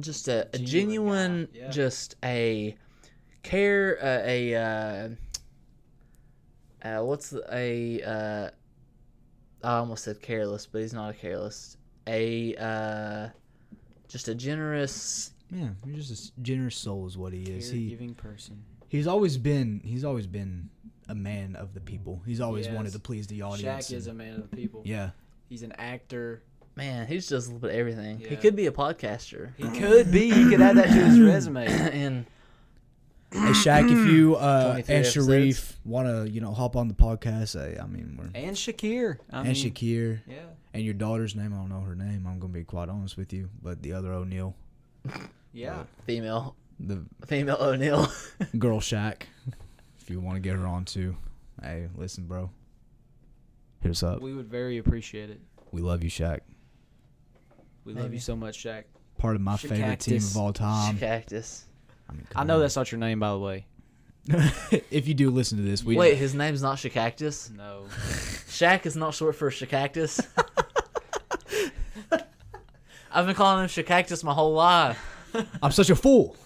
just a, a genuine,
Genuine guy, yeah.
just a care uh, a uh, uh what's the, a uh I almost said careless, but he's not a careless. A uh just a generous
Yeah, he's just a s- generous soul is what he is. He
Caregiving person.
he's always been he's always been a man of the people. He's always wanted
Yes.
to please the audience.
Shaq is a
and-
man of the people.
yeah.
He's an actor.
man, he's just a little bit of everything. He
Yeah.
could be a podcaster.
He could be. He could add that to his resume.
and
Hey Shaq, if you uh
23
and
episodes.
Sharif wanna, you know, hop on the podcast, I, I mean we're
And Shakir. I
and
mean,
Shakir.
Yeah.
And your daughter's name, I don't know her name. I'm gonna be quite honest with you, but the other O'Neal,
Yeah.
female
the
female O'Neill.
girl Shaq, if you want to get her on too, hey, listen, bro. Hit us up.
We would very appreciate it.
We love you, Shaq.
We love
Maybe.
you so much, Shaq.
Part of my favorite team
Shaqactus.
of all time.
Cactus.
I, mean,
I
come
know
on.
that's not your name, by the way.
if you do listen to this, we
Wait, his name's not Shakactus.
No.
Shaq is not short for Shakactus. I've been calling him Shakactus my whole life.
I'm such a fool.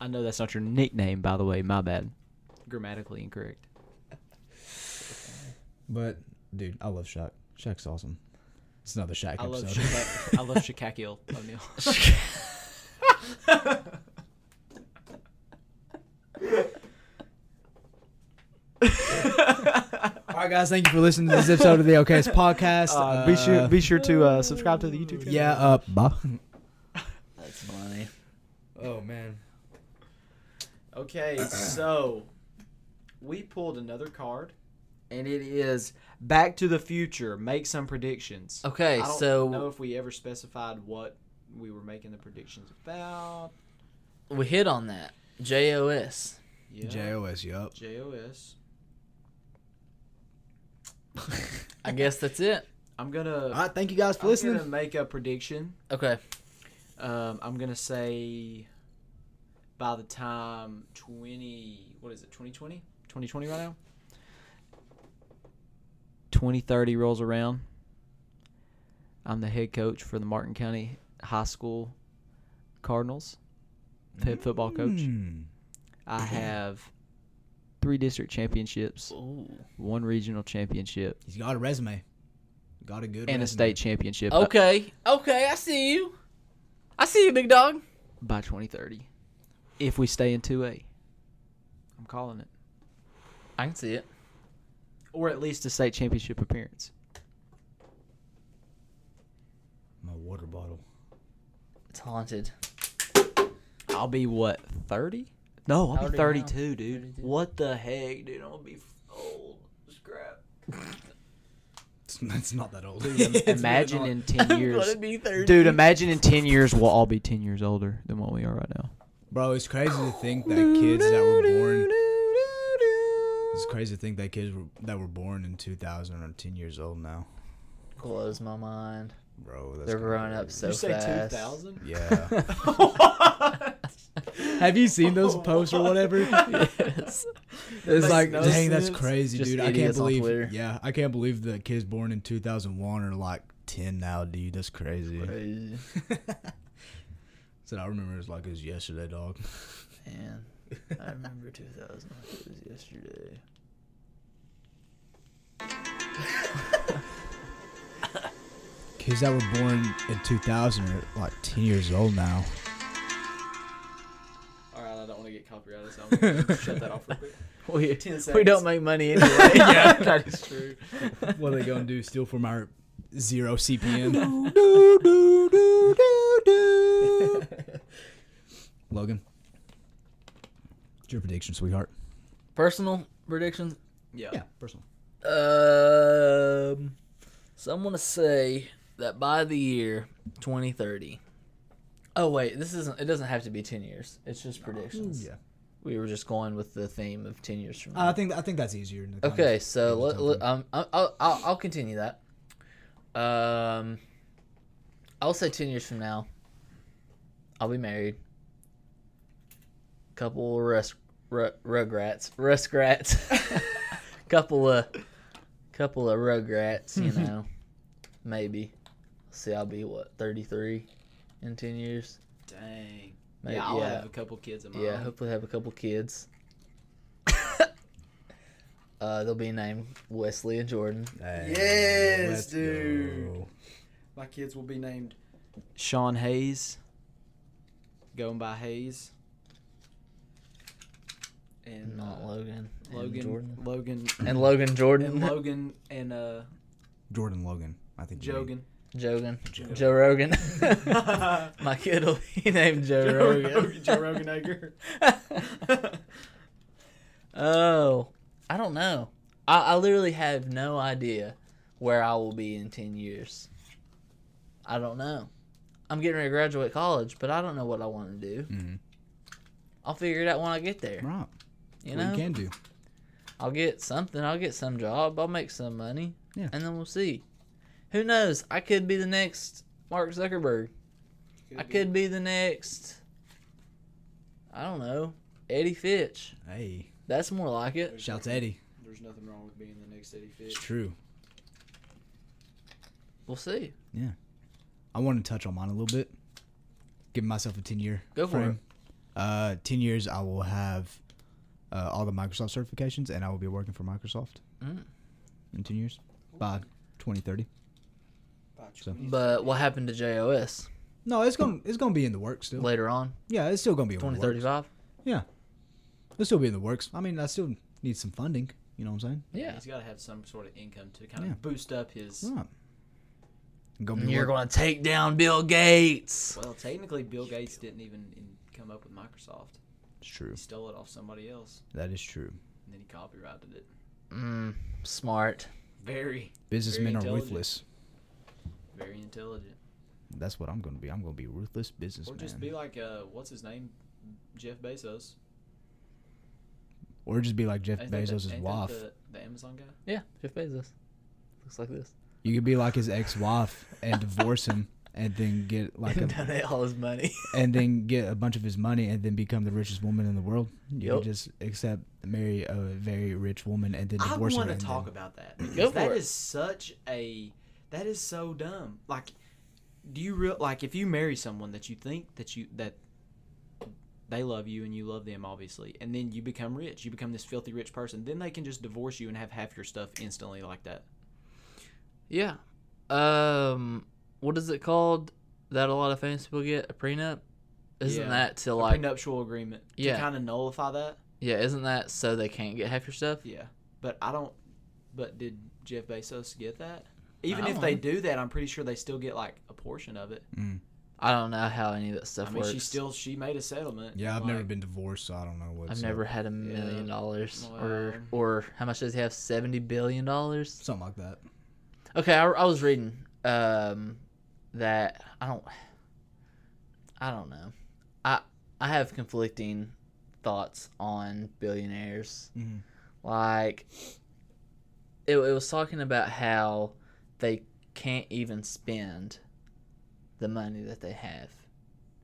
I know that's not your nickname, by the way. My bad. Grammatically incorrect.
But dude, I love Shaq. Shaq's awesome. It's another Shaq
I love
episode.
Shaq. I love Shakakil O'Neal.
all right, guys, thank you for listening to this episode of the OKS podcast. Uh,
sure to uh, subscribe to the YouTube
yeah, uh, bye.
That's funny.
Oh man.
Okay, so we pulled another card, and it is Back to the Future. Make some predictions.
Okay,
I don't know
so
if we ever specified what we were making the predictions about.
we hit on that. JOS.
Yeah.
JOS, yup.
JOS.
I guess that's it.
I'm gonna.
All right, thank you guys for
I'm
listening.
gonna make a prediction.
Okay.
Um, I'm gonna say by the time 20, what is it, 2020? 2020 right now? 2030 rolls around. I'm the head coach for the Martin County High School Cardinals, head football coach.
Mm.
I have three district championships, one regional championship,
He's got a resume. Got a good
and
resume.
a state championship by-
Okay. Okay, I see you. I see you, big dog.
by 2030. If we stay in 2A, I'm calling it.
I can see it.
or at least a state championship appearance.
My water bottle.
It's haunted.
I'll be what thirty? No, I'll be
How old are you now?
thirty-two, dude.
32.
What the heck, dude? I'm gonna be f- old. as crap.
It's not that old.
imagine in ten years,
be 30.
dude. Imagine in ten years we'll all be ten years older than what we are right now.
Bro, it's crazy to think that kids that were born. It's crazy to think that kids were, that were born in 2000 are 10 years old now.
blows my mind.
bro. That's
They're
gonna be
growing up
crazy.
so
you say
fast.
2000?
Yeah,
Have you seen those posts or whatever?
yes.
It's
Makes
like,
no
dang, that's
sense.
Crazy
Just
dude. I can't
idiots on
believe.
Twitter.
yeah. I can't believe the kids born in 2001 are like 10 now, dude. That's crazy.
Crazy.
So I remember it was like it was yesterday, dog.
Man, I remember 2000 like it was yesterday.
Kids that were born in 2000 are like 10 years old now.
All right, I don't want to get copyrighted, so I'm going to shut that off real quick.
We,
10
we
seconds.
don't make money anyway.
yeah, that is true.
What are they gonna do? Steal from our zero CPM? Logan, what's your prediction, sweetheart?
Personal predictions.
Yeah.
personal.
Um, so I'm gonna say that by the year 2030. Oh wait, this isn't. It doesn't have to be 10 years. It's just predictions.
Yeah,
We were just going with the theme of 10 years from now.
I think I think that's easier. than the kind
Okay,
of-
so
Here's
let,
the
let, um, I- I'll, I'll I'll continue that. Um, I'll say ten years from now, I'll be married. Couple of rest, ru- rugrats, rugrats, couple of, couple of rugrats. You know, maybe. See, I'll be what thirty three in ten years.
Dang.
Maybe,
yeah, I'll have a couple kids in my
yeah,
own.
hopefully have a couple kids. uh, they'll be named Wesley and Jordan.
Hey,
Yes,
let's
dude.
go.
My kids will be named Sean Hayes, going by Hayes, and
Not
uh,
Logan.
Logan,
And Jordan.
Logan,
And Logan Jordan.
and Logan, and uh,
Jordan Logan, I think. you mean.
Jogan.
Jogan.
Joe.
Joe Rogan. My kid will be named Joe, Rogan.
Joe Rogan Edgar.
oh, I don't know. I, I literally have no idea where I will be in 10 years. I don't know. I'm getting ready to graduate college, but I don't know what I want to do.
Mhm.
I'll figure it out when I get there.
Right.
You
Well,
know,
you can do.
I'll get something. I'll get some job. I'll make some money.
Yeah.
And then we'll see. Who knows? I could be the next Mark Zuckerberg. I could be the next. I don't know. Eddie Fitch.
Hey,
That's more like it.
shouts Eddie.
There's nothing wrong with being the next Eddie Fish.
It's true.
We'll see.
I want to touch on mine a little bit. Give myself a 10 year
Go for
frame. Uh, 10 years, I will have uh, all the Microsoft certifications and I will be working for Microsoft
Mm.
in 10 years by 2030. So-
But what happened to JOS
No, it's going to it's gonna be in the works still.
later on?
yeah, it's still going to be in the works.
2035?
It'll still be in the works. I mean, I still need some funding. You know what I'm saying?
Yeah.
He's got to have some sort of income to kind of
Yeah. Hmm.
boost up his.
Right. Gonna
And
be
you're
work-
going to take down Bill Gates.
Well, technically, Bill Gates didn't even in, come up with Microsoft.
it's true.
He stole it off somebody else,
That is true.
and then he copyrighted it.
Mm, smart.
Very,
Businessmen are
intelligent.
ruthless.
very intelligent.
That's what I'm going to be. I'm going to be ruthless businessman.
Or just be like, uh, what's his name? Jeff Bezos.
or just be like Jeff
Ain't that the-
Bezos'
ain't that
wife.
The, the Amazon guy?
Yeah, Jeff Bezos. Looks like this.
You could be like his ex-wife and divorce him, and then get like
and
a,
donate all his money.
and then get a bunch of his money, and then become the richest woman in the world. You
Yup.
could just accept marry a very rich woman and then
I
divorce
want
her.
to
and
talk
then-
about that because
Go
that
for it.
is such a that is so dumb. Like, do you real like if you marry someone that you think that you that they love you and you love them obviously, and then you become rich, you become this filthy rich person, then they can just divorce you and have half your stuff instantly like that.
yeah. Um, what is it called that a lot of famous people get? A prenup? Isn't
Yeah.
that to
A
like.
prenuptial agreement
Yeah.
to kind of nullify that.
Yeah, isn't that so they can't get half your stuff?
Yeah, but I don't. But did Jeff Bezos get that? Even
I
if they
don't
do that, I'm pretty sure they still get like a portion of it.
Mm.
I don't know how any of that stuff
I mean,
works.
she still she made a settlement.
Yeah, I've
like-
never been divorced, so I don't know what's.
I've
up.
never had a million
Yeah.
dollars,
Wow.
or or how much does he have? Seventy billion dollars.
something like that.
Okay, I, I was reading um that I don't I don't know. I I have conflicting thoughts on billionaires.
Mhm.
Like it, it was talking about how they can't even spend the money that they have.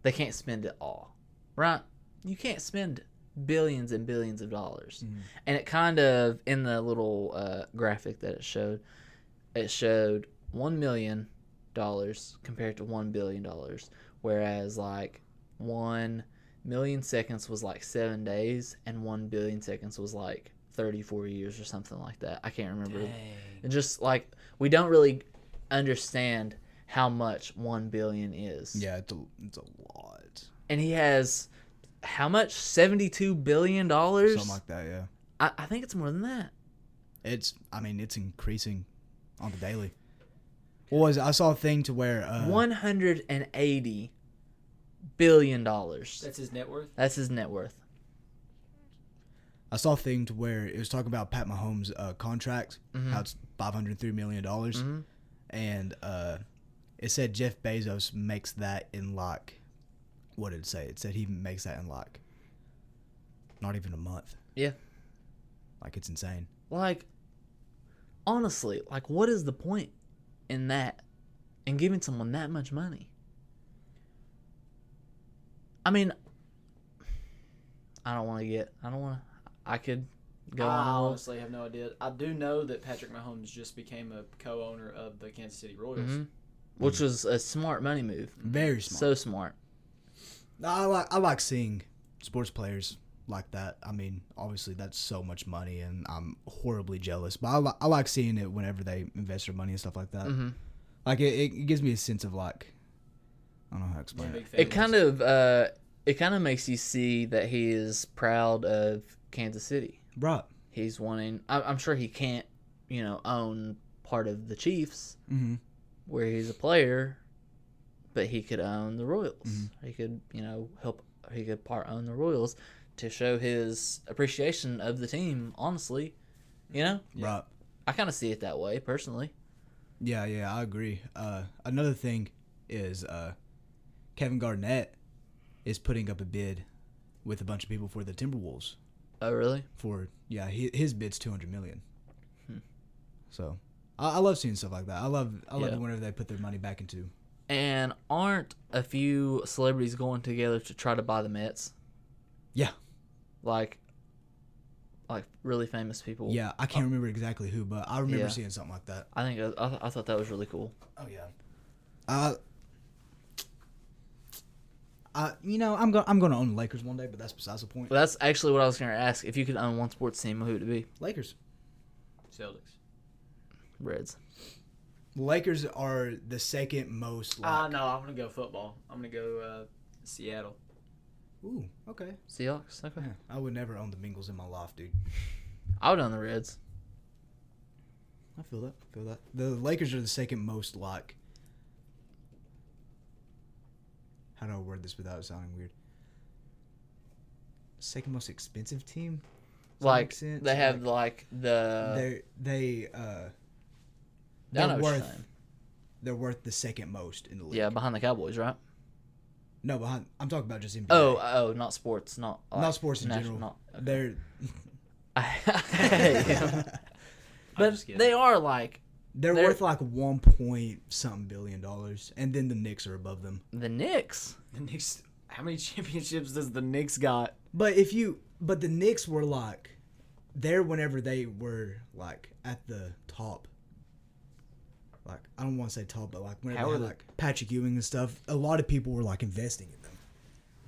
They can't spend it all, right? You can't spend billions and billions of dollars.
Mm-hmm.
And it kind of, in the little uh, graphic that it showed, it showed $1 million compared to $1 billion, whereas like 1 million seconds was like seven days, and 1 billion seconds was like 34 years or something like that. I can't remember. And just like we don't really understand how much 1 billion is.
Yeah, it's a, it's a lot.
And he has how much? 72 billion dollars?
Something like that, yeah.
I, I think it's more than that.
It's, I mean, it's increasing on the daily. What was it? I saw a thing to where. Uh,
180 billion dollars.
That's his net worth.
That's his net worth.
I saw a thing to where it was talking about Pat Mahomes' uh, contract,
Mm-hmm.
how it's five hundred three million dollars, and uh, it said Jeff Bezos makes that in like, what did it say? It said he makes that in like, not even a month.
Yeah.
Like it's insane.
Like, honestly, like, what is the point in that, in giving someone that much money? I mean, I don't want to get, I don't want to, I could go
I
on. a little-
honestly have no idea. I do know that Patrick Mahomes just became a co-owner of the Kansas City Royals.
Mhm. Which was a smart money move.
Very smart.
Mm-hmm. So smart.
No, I like I like seeing sports players like that. I mean, obviously that's so much money, and I'm horribly jealous. But I, li- I like seeing it whenever they invest their money and stuff like that.
Mhm.
Like it, it gives me a sense of like, I don't know how to explain it.
Big
It
families.
kind of uh, it kind of makes you see that he is proud of Kansas City.
Right.
He's wanting. I- I'm sure he can't, you know, own part of the Chiefs
Mm-hmm.
where he's a player, but he could own the Royals. He could, you know, help. He could part own the Royals to show his appreciation of the team. Honestly, you know,
Right.
I kind of see it that way personally.
Yeah, yeah, I agree. Uh, another thing is uh, Kevin Garnett is putting up a bid with a bunch of people for the Timberwolves.
Oh, really?
For yeah, hi- his bid's two hundred million.
Hmm.
So, I, I love seeing stuff like that. I love I love
Yeah.
it whenever they put their money back into.
And aren't a few celebrities going together to try to buy the Mets?
Yeah,
like like really famous people.
yeah. I can't remember exactly who, but I remember
Uh, Yeah.
seeing something like that.
I think I, I, I thought that was really cool.
Oh yeah. Uh, I you know I'm gonna I'm gonna own the Lakers one day, but that's besides the point.
Well, that's actually what I was gonna ask. If you could own one sports team, who would it be?
Lakers.
Celtics.
Reds.
Lakers are the second most.
Ah,
Like,
Uh, no, I'm gonna go football. I'm gonna go uh, Seattle.
Ooh, okay.
Seahawks. Okay.
Yeah, I would never own the Bengals in my life, dude.
I would own the Reds.
I feel that. I feel that. The Lakers are the second most like. How do I word this without sounding weird? Second most expensive team. Does that
Like
make sense?
they have
Like,
like the. uh,
they they uh
I know what
they're
you're
worth-
saying.
they're worth the second most in the league.
Yeah, behind the Cowboys, right?
No, behind I'm talking about just NBA.
Oh, oh, not sports, not like,
not sports in
national-
general.
Not,
They're
Yeah. But
just kidding.
they are like
they're
They're-
worth like one point something billion dollars, and then the Knicks are above them.
the Knicks.
The Knicks. How many championships does the Knicks got?
But if you, but the Knicks were like there whenever they were like at the top. Like I don't want to say top, but like whenever
How
they
are
had,
the-
like Patrick Ewing and stuff, a lot of people were like investing in them,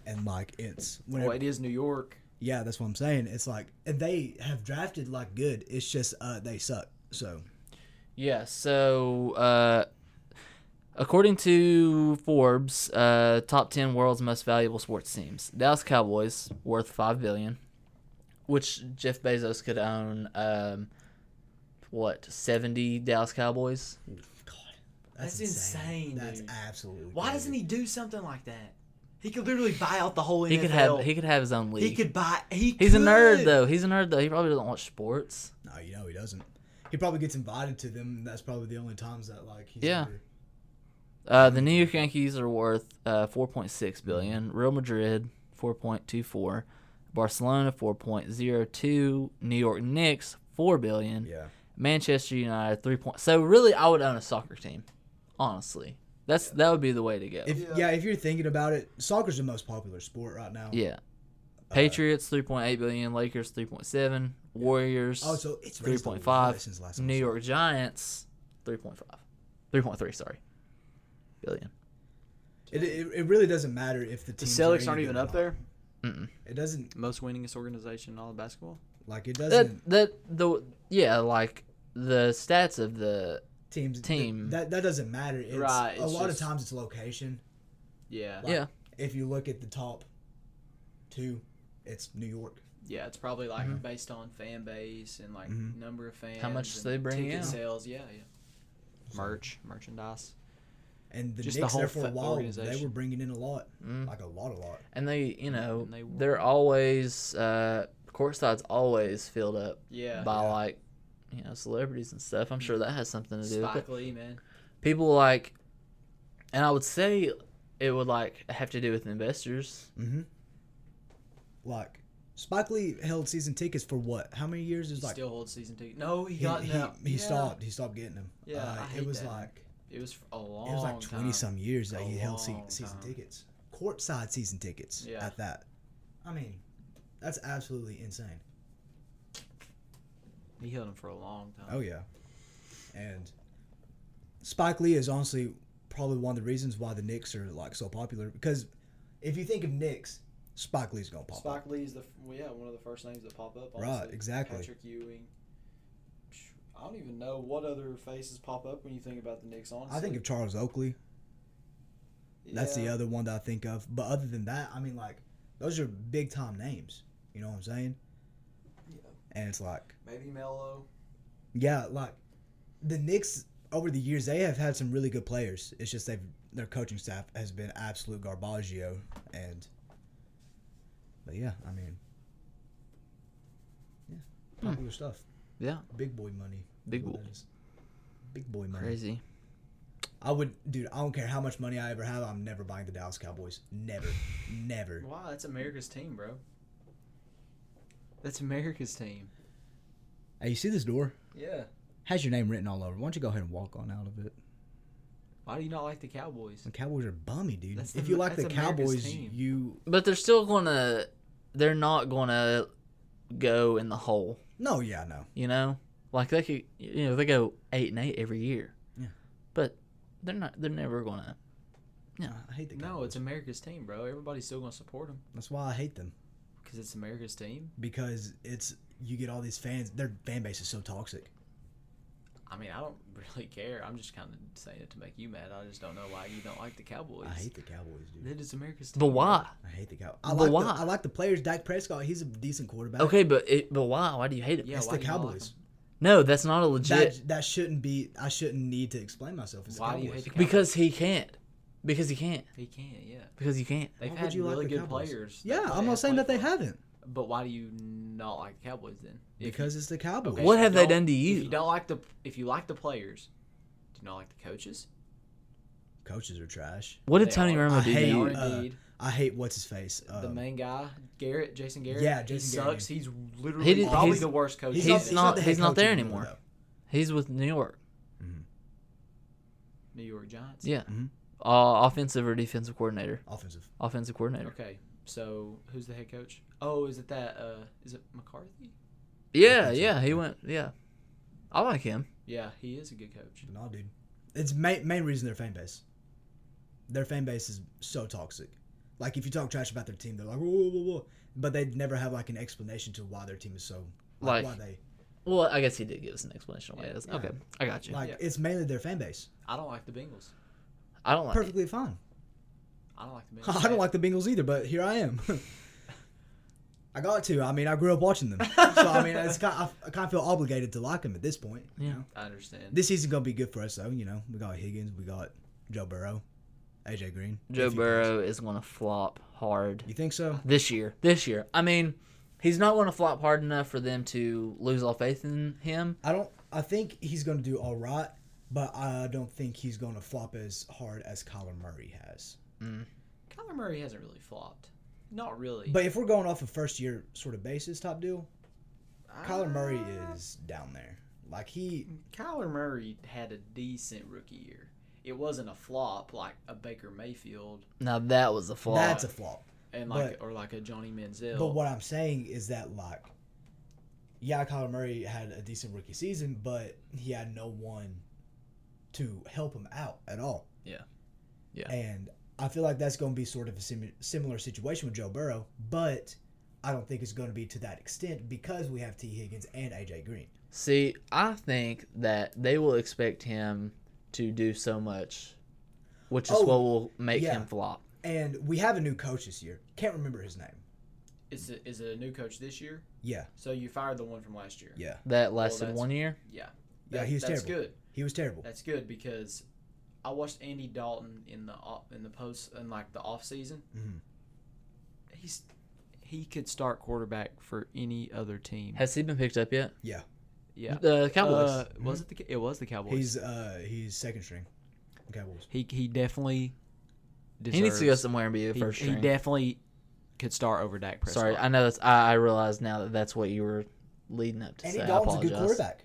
and like it's
Well,
whenever,
it is New York.
yeah, that's what I'm saying. It's like and they have drafted like good. It's just uh they suck. So
Yeah, so uh, according to Forbes, uh, top ten world's most valuable sports teams: Dallas Cowboys worth five billion, which Jeff Bezos could own. Um, what seventy Dallas Cowboys?
God,
That's insane,
That's
dude.
absolutely.
Why doesn't he do something like that? He could literally buy out the whole NFL.
He could have he could have his own league.
He could buy. He
He's a nerd
could.
though. He's a nerd though. He probably doesn't watch sports.
No, you know he doesn't. He probably gets invited to them. And that's probably the only times that like he's
Yeah.
ever-
Uh, the New York Yankees are worth uh, 4.6 billion. Real Madrid 4.24. Barcelona 4.02. New York Knicks 4 billion.
Yeah.
Manchester United 3. Point, so really, I would own a soccer team. Honestly, that's that would be the way to go.
If yeah. if you're thinking about it, soccer's the most popular sport right now.
yeah.
Uh,
Patriots 3.8 billion, Lakers 3.7, Warriors
Oh, so it's raised a lot
3.5,
since last
New York Giants 3.5, 3.3, sorry, billion.
It, it, it really doesn't matter if the
The
teams are
Celtics
any
aren't
good
even
or
up
not.
there.
Mm-mm.
It doesn't
Most winningest organization in all of basketball.
like it
That
doesn't
that the yeah like the stats of the
teams
team.
that that doesn't matter. It's,
Right,
a
it's
lot
just-
of times it's location.
Yeah.
Like,
Yeah.
If you look at the top two, it's New York.
Yeah, it's probably like
Mm-hmm.
based on fan base and like
Mhm.
number of fans.
much
and
they bring
ticket
in.
sales. Yeah, yeah. Merch, merchandise.
And the
Just the
Knicks
whole
there for
fo-
a while, they
organization.
were bringing in a lot,
Mm.
like a lot, a lot.
and they you know
And they were-
they are always uh courtside's always filled up
Yeah.
by like you know celebrities and stuff. I'm sure that has something to do with it.
Spike Lee, man.
people like and i would say it would like have to do with investors
Mm-hmm. Like Spike Lee held season tickets for what? How many years? It
He
was like
still holds season two. No, he
he,
got
he,
no.
he
Yeah.
stopped. He stopped getting them.
Yeah,
Uh,
I
it
hate
was
that.
like
It was for a long.
it was like twenty
time.
some years that
A
he held se-
long
season
time.
tickets, courtside season tickets.
Yeah.
At that, I mean, that's absolutely insane.
He held him for a long time.
Oh yeah, and Spike Lee is honestly probably one of the reasons why the Knicks are like so popular because if you think of Knicks, Spike Lee's gonna pop up.
Spike Lee is the f- well, yeah one of the first names that pop up.
Right,
honestly.
exactly.
Patrick Ewing. Psh, I don't even know what other faces pop up when you think about the Knicks. Honestly,
I think of Charles Oakley. That's the
Yeah.
other one that I think of. But other than that, I mean, like, those are big time names. You know what I'm saying?
Yeah.
And it's like,
Maybe Melo.
yeah, like the Knicks over the years they have had some really good players. It's just they've their coaching staff has been absolute garbaggio, and but yeah, I mean, yeah, popular stuff.
Hmm. Yeah.
big boy money.
Big
What
boy.
that is. Big boy money.
crazy
I would, dude. I don't care how much money I ever have. I'm never buying the Dallas Cowboys. Never, never.
Wow, that's America's team, bro. That's America's team.
Hey, you see this door?
Yeah.
Has your name written all over. Why don't you go ahead and walk on out of it?
Why do you not like the Cowboys?
The Cowboys are bummy, dude.
That's
if
the-
you like the
that's America's
Cowboys,
team.
you
but they're still gonna they're not gonna go in the hole
no, yeah, no.
you know like they could you know they go eight and eight every year
Yeah.
but they're not they're never gonna
I hate the Cowboys.
No, it's America's team, bro. Everybody's still gonna support them
that's why I hate them
because it's America's team.
because it's you get all these fans. Their fan base is so toxic.
I mean, I don't really care. I'm just kind of saying it to make you mad. I just don't know why you don't like the Cowboys.
I hate the Cowboys, dude.
That is America's team.
but why
I hate the Cowboys. I
But
like
why?
the I like the players. Dak Prescott, he's a decent quarterback.
okay but it but why why do you hate it
Yeah,
it's
why
the
do you not like
Cowboys.
'em?
no that's not a legit
that that shouldn't be. I shouldn't need to explain myself. It's
Why
the
do you
Cowboys.
hate the Cowboys?
because he can't because he can't
he can't. Yeah,
because you can't
they've
Why would
had
you like
really
the
good
Cowboys?
players. that
yeah,
play-
I'm not
have
saying
played
that they
for 'em.
haven't
But why do you not like the Cowboys then? If you-
because it's the Cowboys.
okay,
What
if
have they done
don't-
to
If
you?
you don't like the if you like the players, do you not like the coaches?
Coaches are trash.
what did
They
Tony
are-
Romo
I
do
hate
to
They
you?
are
uh,
indeed.
I hate what's his face.
the
um,
main guy, Garrett, Jason Garrett.
Yeah,
he
Jason Garrett.
sucks. He's literally
did-
probably
he's-
the worst coach.
He's
in
not-
the
he's not-
the
league.
head
he's not
coach
there
anymore,
anymore. He's with New York.
Mm-hmm.
New York Giants.
Yeah.
Mhm.
Uh, offensive or defensive coordinator?
though. Offensive.
Offensive coordinator.
Okay. So who's the head coach? Oh, is it that? Uh, is it McCarthy?
Yeah,
Offensive.
yeah, he went. Yeah, I like him.
Yeah, he is a good coach.
No, dude. It's main main reason their fan base. Their fan base is so toxic. Like if you talk trash about their team, they're like, whoa, whoa, whoa, whoa. But they never have like an explanation to why their team is so
Like-
like, why they
Well, I guess he did give us an explanation. Why
Yeah.
it is. Okay, I got you.
like
Yeah.
it's mainly their fan base.
I don't like the Bengals.
I don't like.
Perfectly fine.
I don't like the Bengals.
I don't like the Bengals either, but here I am. I got to. I mean, I grew up watching them, so I mean, it's kind of, I kind of feel obligated to like them at this point.
Yeah.
You know?
I understand.
This season's gonna be good for us, though. You know, we got Higgins, we got Joe Burrow, AJ Green,
Joe
if he plays.
Burrow is going to flop hard
You think so?
this year. This year. I mean, he's not going to flop hard enough for them to lose all faith in him.
I don't. I think he's gonna do all right, but I don't think he's gonna flop as hard as Kyler Murray has.
Kyler Murray hasn't really flopped. Not really.
But if we're going off a first year sort of basis type deal, Kyler Murray
Ah,
is down there. Like he,
Kyler Murray had a decent rookie year. it wasn't a flop like a Baker Mayfield
Now that was a flaw.
That's a flaw.
and like or like a Johnny Manziel.
But what I'm saying is that like, yeah, Kyler Murray had a decent rookie season, but he had no one to help him out at all.
Yeah. Yeah.
And I feel like that's going to be sort of a simi- similar situation with Joe Burrow, but I don't think it's going to be to that extent because we have T. Higgins and AJ Green.
See, I think that they will expect him to do so much, which is
Oh,
what will make
yeah.
him flop.
And we have a new coach this year. Can't remember his name.
Is it is it a new coach this year?
Yeah.
So you fired the one from last year.
Yeah.
That lasted
that's-
one year.
Yeah.
Yeah,
That-
he was
that's
terrible.
good.
He was terrible.
That's good because I watched Andy Dalton in the op- in the post in like the off season.
Mhm.
He's he could start quarterback for any other team.
Has he been picked up yet?
Yeah.
yeah.
The Cowboys.
Uh, was it the Ca- it was the Cowboys.
He's uh he's second string. Cowboys.
he he definitely deserves,
he needs to go somewhere and be a
he,
first
he
string.
definitely could start over Dak Prescott.
Sorry, I know that's. I, I realize now that that's what you were leading up to
Andy
say.
Dalton's
I
a
apologize.
good quarterback.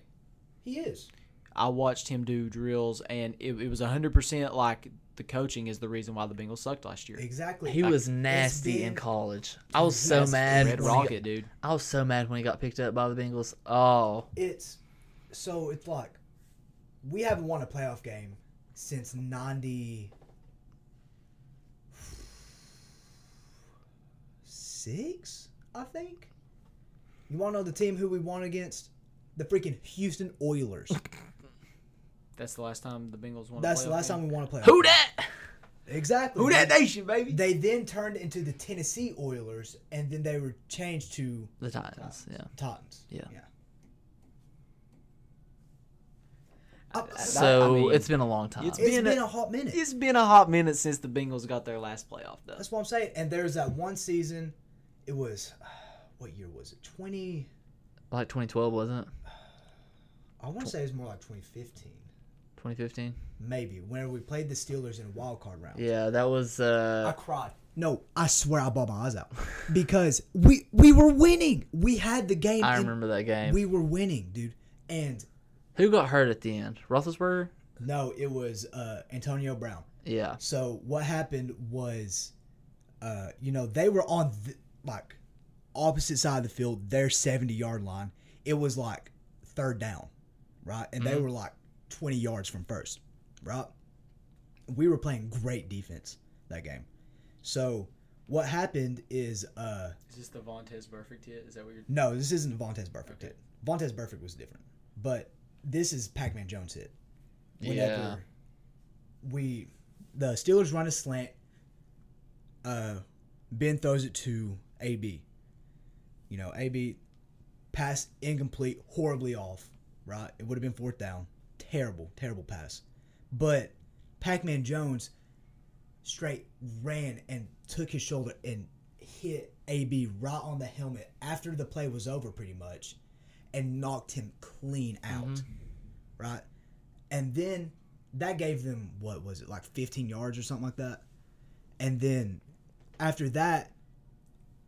He is.
I watched him do drills, and it, it was 100% like the coaching is the reason why the Bengals sucked last year.
Exactly.
He was nasty
been-
in college. I was
It's
so
been-
mad.
Red
when he
Rocket, dude.
got- I was so mad when he got picked up by the Bengals. Oh,
It's so it's like we haven't won a playoff game since ninety six, I think. You want to know the team who we won against? The freaking Houston Oilers.
That's the last time the Bengals won.
That's the last time we won a playoff.
who
game.
that?
Exactly.
nation, baby?
They then turned into the Tennessee Oilers, and then they were changed to
The Titans. Yeah.
Titans.
Yeah.
Yeah. Uh,
That-
Oh, So
I mean,
it's been a long time.
it's
it's
been
been,
a-
a, hot minute.
It's been a hot minute since the Bengals got their last playoff, though.
That's what I'm saying. And there's that one season. It was what year was it? 20.
like 2012, wasn't it?
I want to say it was more like 2015,
2015.
maybe. Where we played the Steelers in a wild card round.
Yeah, that was.
I
uh
cried. No, I swear I bawled my eyes out because we we were winning. We had the game.
I
in-
remember that game.
We were winning, dude. And
Who got hurt at the end? Roethlisberger.
no, it was uh, Antonio Brown.
Yeah.
So what happened was, uh, you know, they were on the, like opposite side of the field, their seventy yard line. It was like third down, right? And they were like twenty yards from first, right? We were playing great defense that game. So what happened is, uh,
Is this the Vontez perfect hit? Is that what you're?
no, this isn't Vontez Burfict hit. Vontez Burfict was different, but this is Pac Man Jones hit.
Yeah.
we the Steelers run a slant, uh, Ben throws it to AB. You know, AB pass incomplete, horribly off. Right, it would have been fourth down. Terrible, terrible pass. But Pac Man Jones straight ran and took his shoulder and hit AB right on the helmet after the play was over, pretty much, and knocked him clean out. Right? And then that gave them, what was it, like 15 yards or something like that? And then after that,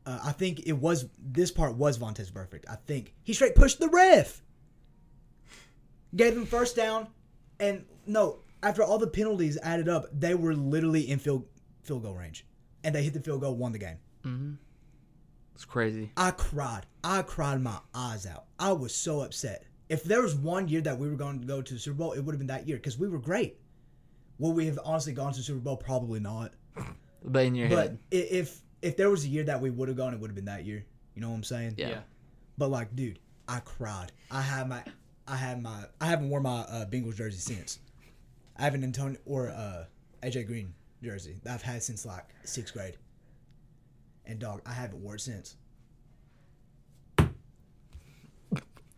uh, I think it was this part was Vontez perfect. I think he straight pushed the ref, gave him first down, and no, after all the penalties added up, they were literally in field field goal range, and they hit the field goal, won the game.
It's crazy.
I cried. I cried my eyes out. I was so upset. If there was one year that we were going to go to the Super Bowl, it would have been that year because we were great. Would we have honestly gone to the Super Bowl? Probably not.
But in your
But
head.
i- if if there was a year that we would have gone, it would have been that year. You know what I'm saying?
Yeah.
Yeah.
But like, dude, I cried. I had my, I had my, I haven't worn my uh, Bengals jersey since. I have an Antonio or uh, AJ Green jersey that I've had since like sixth grade. And dog, I haven't worn it since.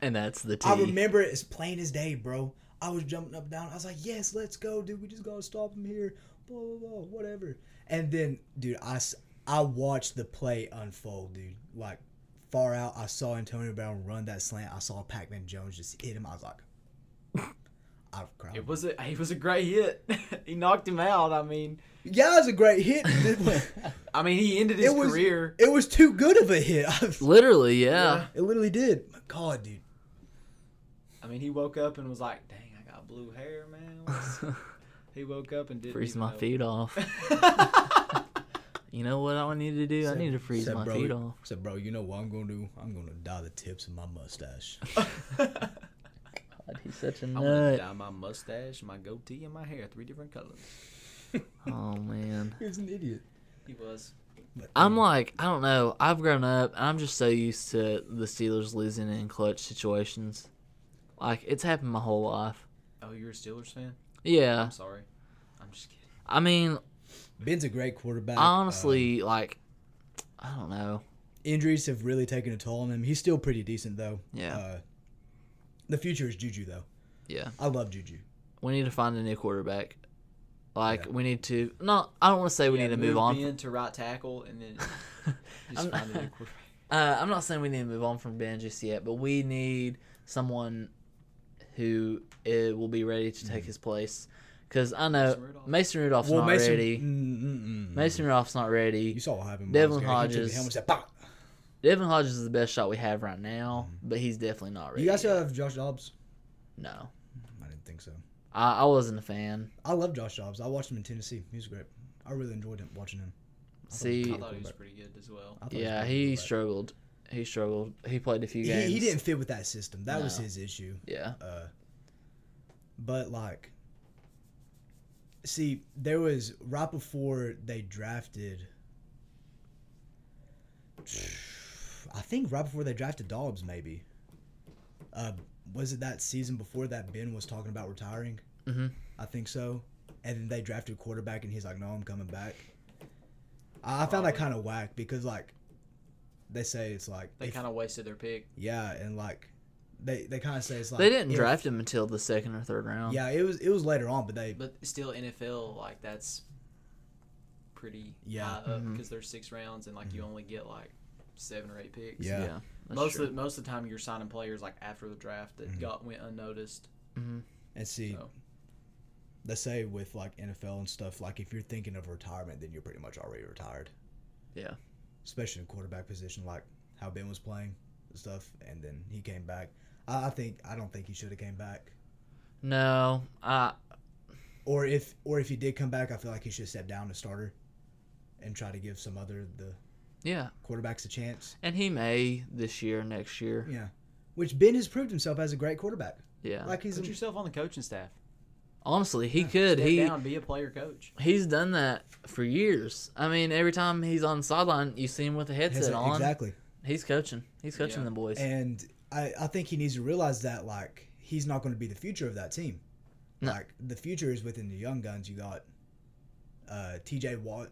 And that's the T.
I remember it as plain as day, bro. I was jumping up and down. I was like, yes, let's go, dude. We just gotta stop him here. Blah blah blah, whatever. And then, dude, I s- I watched the play unfold, dude. Like far out, I saw Antonio Brown run that slant. I saw Pac-Man Jones just hit him. I was like, I've cried.
It was a it was a great hit. he knocked him out. I mean,
yeah, it was a great hit. It was-
I mean he ended his
it was
career.
It was too good of a hit. it
Literally, yeah.
literally did. My God, dude.
I mean he woke up and was like, "Dang, I got blue hair, man." What's- He woke up and didn't
Freeze
even
my
know.
feet off. You know what I need to do? I need to freeze
Said,
my
bro,
feet off.
Said, bro, you know what I'm gonna do? I'm gonna dye the tips of my mustache.
God, he's such a
I want to
nut.
dye my mustache, my goatee, and my hair three different colors.
Oh man.
He's an idiot.
He was.
I'm like, I don't know. I've grown up and I'm just so used to the Steelers losing in clutch situations. Like it's happened my whole life.
Oh, you're a Steelers fan?
Yeah.
I'm sorry. I'm just kidding.
I mean,
Ben's a great quarterback.
um,
Um,
I honestly like I don't know.
injuries have really taken a toll on him. He's still pretty decent though.
Yeah.
Uh, the future is Juju though.
Yeah.
I love Juju.
We need to find a new quarterback. Like we need to not I don't want to say we need to move on.
Ben to right tackle and then just
I'm-
find a new quarterback.
Uh, I'm not saying we need to move on from Ben just yet, but we need someone who uh, will be ready to take his place. Because I know
Mm-hmm. Mason Rudolph.
Mason Rudolph's not ready.
Mm, mm, mm.
Mason Rudolph's not
You
ready.
saw what happened.
Devlin
Miles Garrett. He took
Hodges.
the helmet and said, "Pop."
Devin Hodges is the best shot we have right now, but he's definitely not ready.
You guys still have Josh Dobbs?
no,
I didn't think so.
I, I wasn't a fan.
I love Josh Jobs. I watched him in Tennessee. He was great. I really enjoyed him watching him.
See,
I thought he was pretty good as well.
I thought was
yeah,
pretty
he
good, but-
struggled. He struggled. He played a few
He,
games.
he didn't fit with that system. That was
No.
his issue.
Yeah,
Uh, but like, see, there was right before they drafted. I think right before they drafted Dobbs, maybe. Uh, was it that season before that Ben was talking about retiring?
Mhm.
I think so. And then they drafted a quarterback, and he's like, "No, I'm coming back." I, I found that kind of whack because like, they say it's like
They
if-
kind of wasted their pick.
yeah, and like, they they kind of say it's like
they didn't
if-
draft him until the second or third round.
yeah, it was it was later on, but they
But still, NFL like that's pretty
Yeah. Mm-hmm.
high up because there's six rounds and like you only get like seven or eight picks.
Yeah.
that's
Most
true.
of the, most of the time you're signing players like after the draft that
Mm-hmm.
got went unnoticed.
Mm-hmm.
and see
So.
they say with like NFL and stuff like if you're thinking of retirement, then you're pretty much already retired.
Yeah.
especially in quarterback position, like how Ben was playing and stuff, and then he came back. I, I think I don't think he should have came back,
no, I
or if or if he did come back, I feel like he should have stepped down to starter, and try to give some other the
yeah,
quarterbacks a chance.
and he may this year, next year.
Yeah, which Ben has proved himself as a great quarterback.
Yeah.
Like he's
Put
a,
yourself on the coaching staff.
Honestly, he could.
Step
He
down, be a player coach.
he's done that for years. I mean, every time he's on the sideline, you see him with a headset
has a-
on.
exactly.
He's coaching. He's coaching
Yeah.
the boys.
And I, I think he needs to realize that like he's not going to be the future of that team.
No.
Like the future is within the young guns. You got uh, T.J. Watt,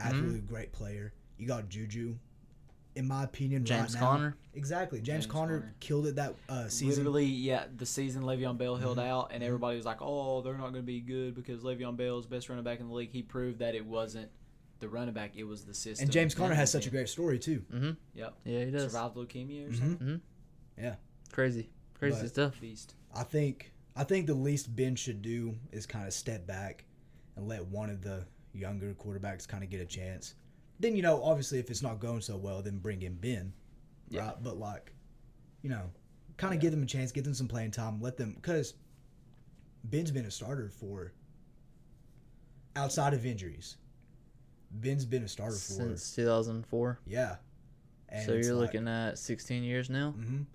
absolutely great player. You got Juju. In my opinion,
James
right now-
Conner.
Exactly, James,
James
Conner,
Conner.
killed it that uh, season. Mm-hmm.
Literally, yeah, the season Le'Veon Bell held out, and everybody was like, "Oh, they're not going to be good because Le'Veon Bell's best running back in the league." He proved that it wasn't the running back; it was the system.
And James Conner has such a great story too.
yep
Mm-hmm. Yeah, he does.
survived
Mm-hmm.
leukemia or something.
Crazy, crazy
But-
stuff.
Beast.
I think I think the least Ben should do is kind of step back and let one of the younger quarterbacks kind of get a chance. Then you know, obviously, if it's not going so well, then bring in Ben,
Yeah.
right? But like, you know, kind of give them a chance, give them some playing time, let them because Ben's been a starter for outside of injuries. Ben's been a starter for
Since 2004.
yeah. And
so
it's
you're
like-
looking at 16 years now.
Mhm.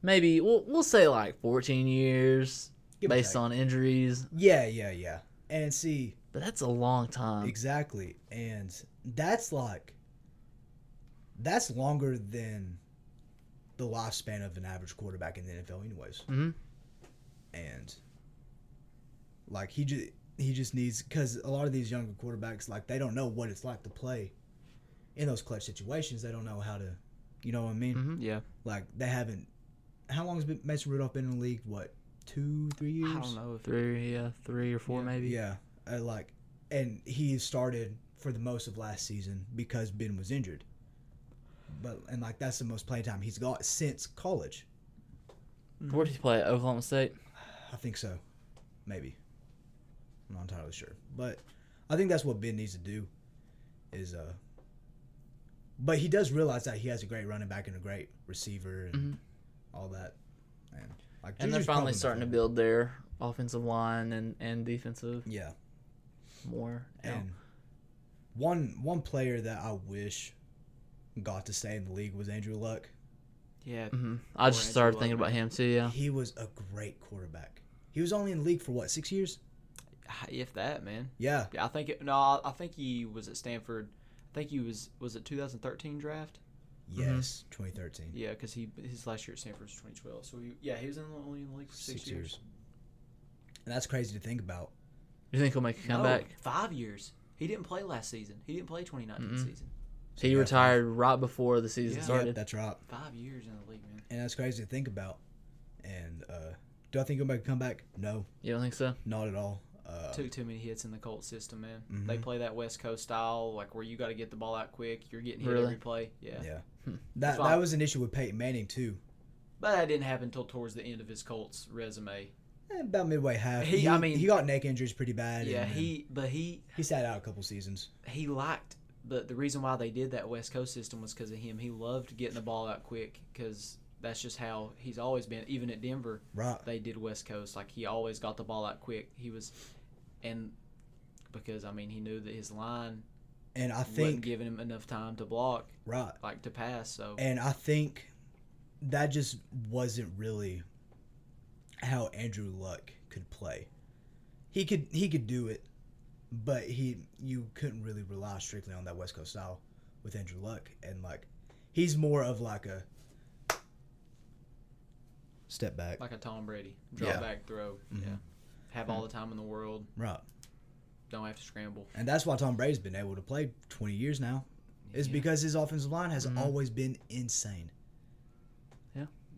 Maybe we'll we'll say like 14 years
Give or
based
take.
on injuries,
yeah, yeah, yeah, and see.
but that's a long
Um,
time.
Exactly. And that's like that's longer than the lifespan of an average quarterback in the NFL anyways.
Mhm.
And like he just he just needs cuz a lot of these younger quarterbacks like they don't know what it's like to play in those clutch situations. They don't know how to you know what I mean?
Mhm.
Yeah,
Like they haven't how long has been- Mason Rudolph been in the league? What? 2 3 years?
I don't know if
Three, yeah, three or four
Yeah.
maybe.
Yeah, I like, and he started for the most of last season because Ben was injured. But and like that's the most playing time he's got since college.
Where did he play? At Oklahoma State.
I think so, maybe. I'm not entirely sure, but I think that's what Ben needs to do. Is uh. But he does realize that he has a great running back and a great receiver and all that, and like
Mm-hmm. And they're
Juju's
finally
probably-
starting to build their offensive line and, and defensive.
Yeah,
more. now.
And one one player that I wish got to stay in the league was Andrew Luck.
Yeah.
Mhm. I just
Andrew
started
Luck,
thinking about
man.
him too. Yeah,
He was a great quarterback. He was only in the league for what six years?
If that, man.
Yeah,
Yeah, I think it, no, I- I think he was at Stanford. I think he was was it 2013 draft.
yes, 2013.
Mm-hmm. Yeah, because he his last year at Stanford was 2012. So he, yeah, he was in, only in the league for six, years.
And that's crazy to think about.
you think he'll make a
No,
comeback?
five years. He didn't play last season. He didn't play 2019
Mm-mm.
season.
He
Yeah.
retired right before the season
Yeah.
Yep,
started.
that's right.
Five years in the league, man.
And that's crazy to think about. And uh, do I think he'll make a comeback? No,
You don't think so?
not at all. Uh,
Took too many hits in the Colts system, man. They
Mhm.
play that West Coast style, like where you got to get the ball out quick. You're getting hit
Really?
every play. Yeah.
yeah,
Hmm.
that
why-
that was an issue with Peyton Manning too.
But that didn't happen until towards the end of his Colts resume.
Eh, About midway half,
He-
he,
I mean-
he got neck injuries pretty bad.
yeah,
and-
he but he
he sat out a couple seasons.
he liked but the reason why they did that west coast system was because of him he loved getting the ball out quick because that's just how he's always been even at denver
Right.
they did west coast like he always got the ball out quick he was and because i mean he knew that his line
And I
wasn't
think
giving him enough time to block
right.
like to pass so
And I think that just wasn't really how Andrew Luck could play. He could he could do it, but he you couldn't really rely strictly on that West Coast style with Andrew Luck and like he's more of like a step back.
like a tom brady drop
Yeah.
back throw
Mhm.
yeah have all the time in the world
Right.
don't have to scramble
And that's why Tom Brady's been able to play 20 years now.
Yeah.
Is
Mm-hmm.
because his offensive line has
Mhm.
always been insane.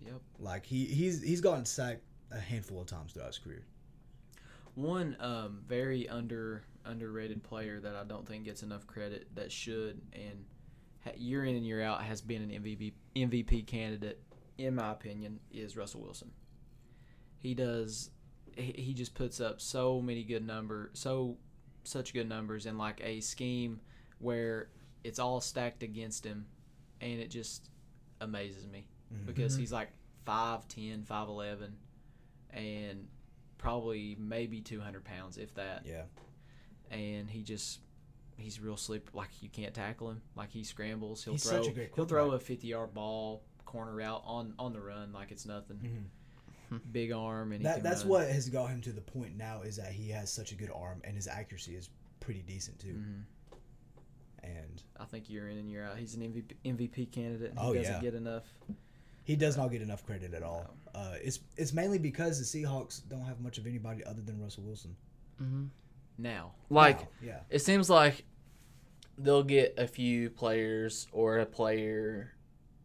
yep
Like he he's he's gotten sacked a handful of times throughout his career.
One um, very under underrated player that I don't think gets enough credit that should and ha- year in and year out has been an MVP MVP candidate in my opinion is Russell Wilson. He does he, he just puts up so many good number so such good numbers in like a scheme where it's all stacked against him and it just amazes me
Mm-hmm.
because he's like 5'10, 5'11 and probably maybe 200 pounds if that
Yeah.
and he just he's real sleep like you can't tackle him like he scrambles he'll
He's
throw
such a great
he'll throw a 50 yard ball corner route on on the run like it's nothing big arm and he
Mm-hmm. That,
can
that's
run.
what has got him to the point now is that he has such a good arm and his accuracy is pretty decent too.
Mhm.
And
I think year in and year out he's an MVP, MVP candidate and he
Oh,
doesn't
yeah.
get enough
he does not get enough credit at all. Uh, it's it's mainly because the Seahawks don't have much of anybody other than Russell Wilson.
Mm-hmm.
now
Like
Wow, yeah,
it seems like they'll get a few players or a player,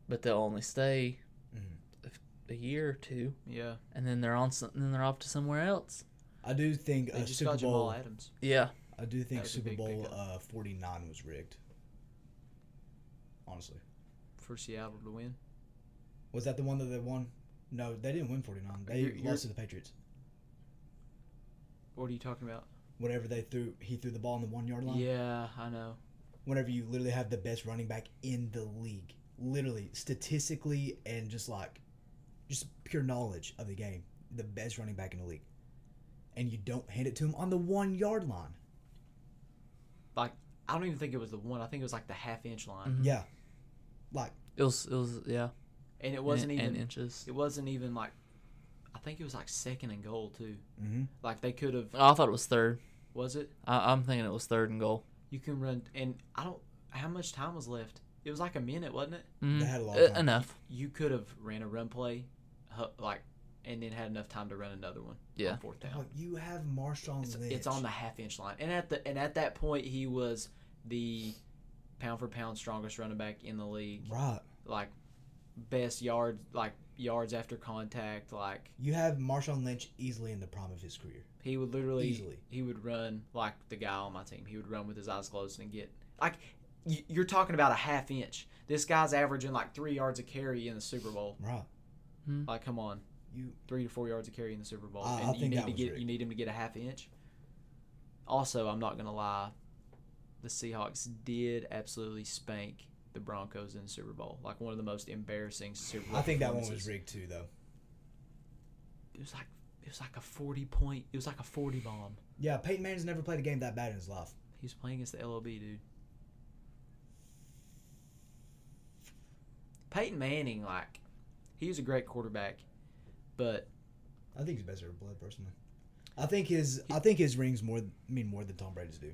but they'll only stay
Mhm.
a f- a year or two,
yeah
and then they're on. some- Then they're off to somewhere else.
I do think
they
uh,
just
Super
got Jamal
Bowl.
Adams
Yeah,
I do
That
think
was a
Super
big
Bowl
pickup.
uh, forty nine was rigged. Honestly,
for Seattle to win
was that the one that they won? No, they didn't win forty nine. They
You're- you're-
lost to the Patriots.
what are you talking about
Whenever they threw, he threw the ball on the one yard line.
yeah I know
whenever you literally have the best running back in the league, literally statistically and just like just pure knowledge of the game, the best running back in the league, and you don't hand it to him on the one yard line.
I don't even think it was the one I think it was like the half inch line
Mhm.
Yeah, like
it was. It was yeah.
and it wasn't
and,
even
and inches.
It wasn't even like, I think it was like second and goal too.
mm-hmm.
Like they could have,
I thought it was third.
was it?
I, I'm thinking it was third and goal.
You can run, and I don't. How much time was left? It was like a minute, wasn't it?
Mm,
They had a long
e-
time.
enough.
You could have ran a run play, hu- like, and then had enough time to run another one.
Yeah.
On fourth down.
you have Marshawn
It's,
Lynch.
it's on the half inch line, and at the and at that point he was the pound for pound strongest running back in the league.
right.
Like best yards, like yards after contact, like.
You have Marshawn Lynch easily in the prime of his career.
He would literally
Easily.
he would run like the guy on my team. He would run with his eyes closed and get like y- you're talking about a half inch. This guy's averaging like three yards a carry in the Super Bowl.
Right.
Like, come on,
You
three to four yards a carry in the Super Bowl,
Ah, I- I
and you
think
need
that
to
was
get
rigged.
you need him to get a half inch. Also, I'm not gonna lie, the Seahawks did absolutely spank the Broncos in the Super Bowl. Like one of the most embarrassing Super Bowl.
I think that one was
performances.
rigged too, though.
It was like It was like a forty point. It was like a forty bomb.
Yeah, Peyton Manning's never played a game that bad in his life.
He was playing against the LOB, dude. Peyton Manning, like, he was a great quarterback, but
I think he's better at blood personally. I think his I think his rings more mean more than Tom Brady's do.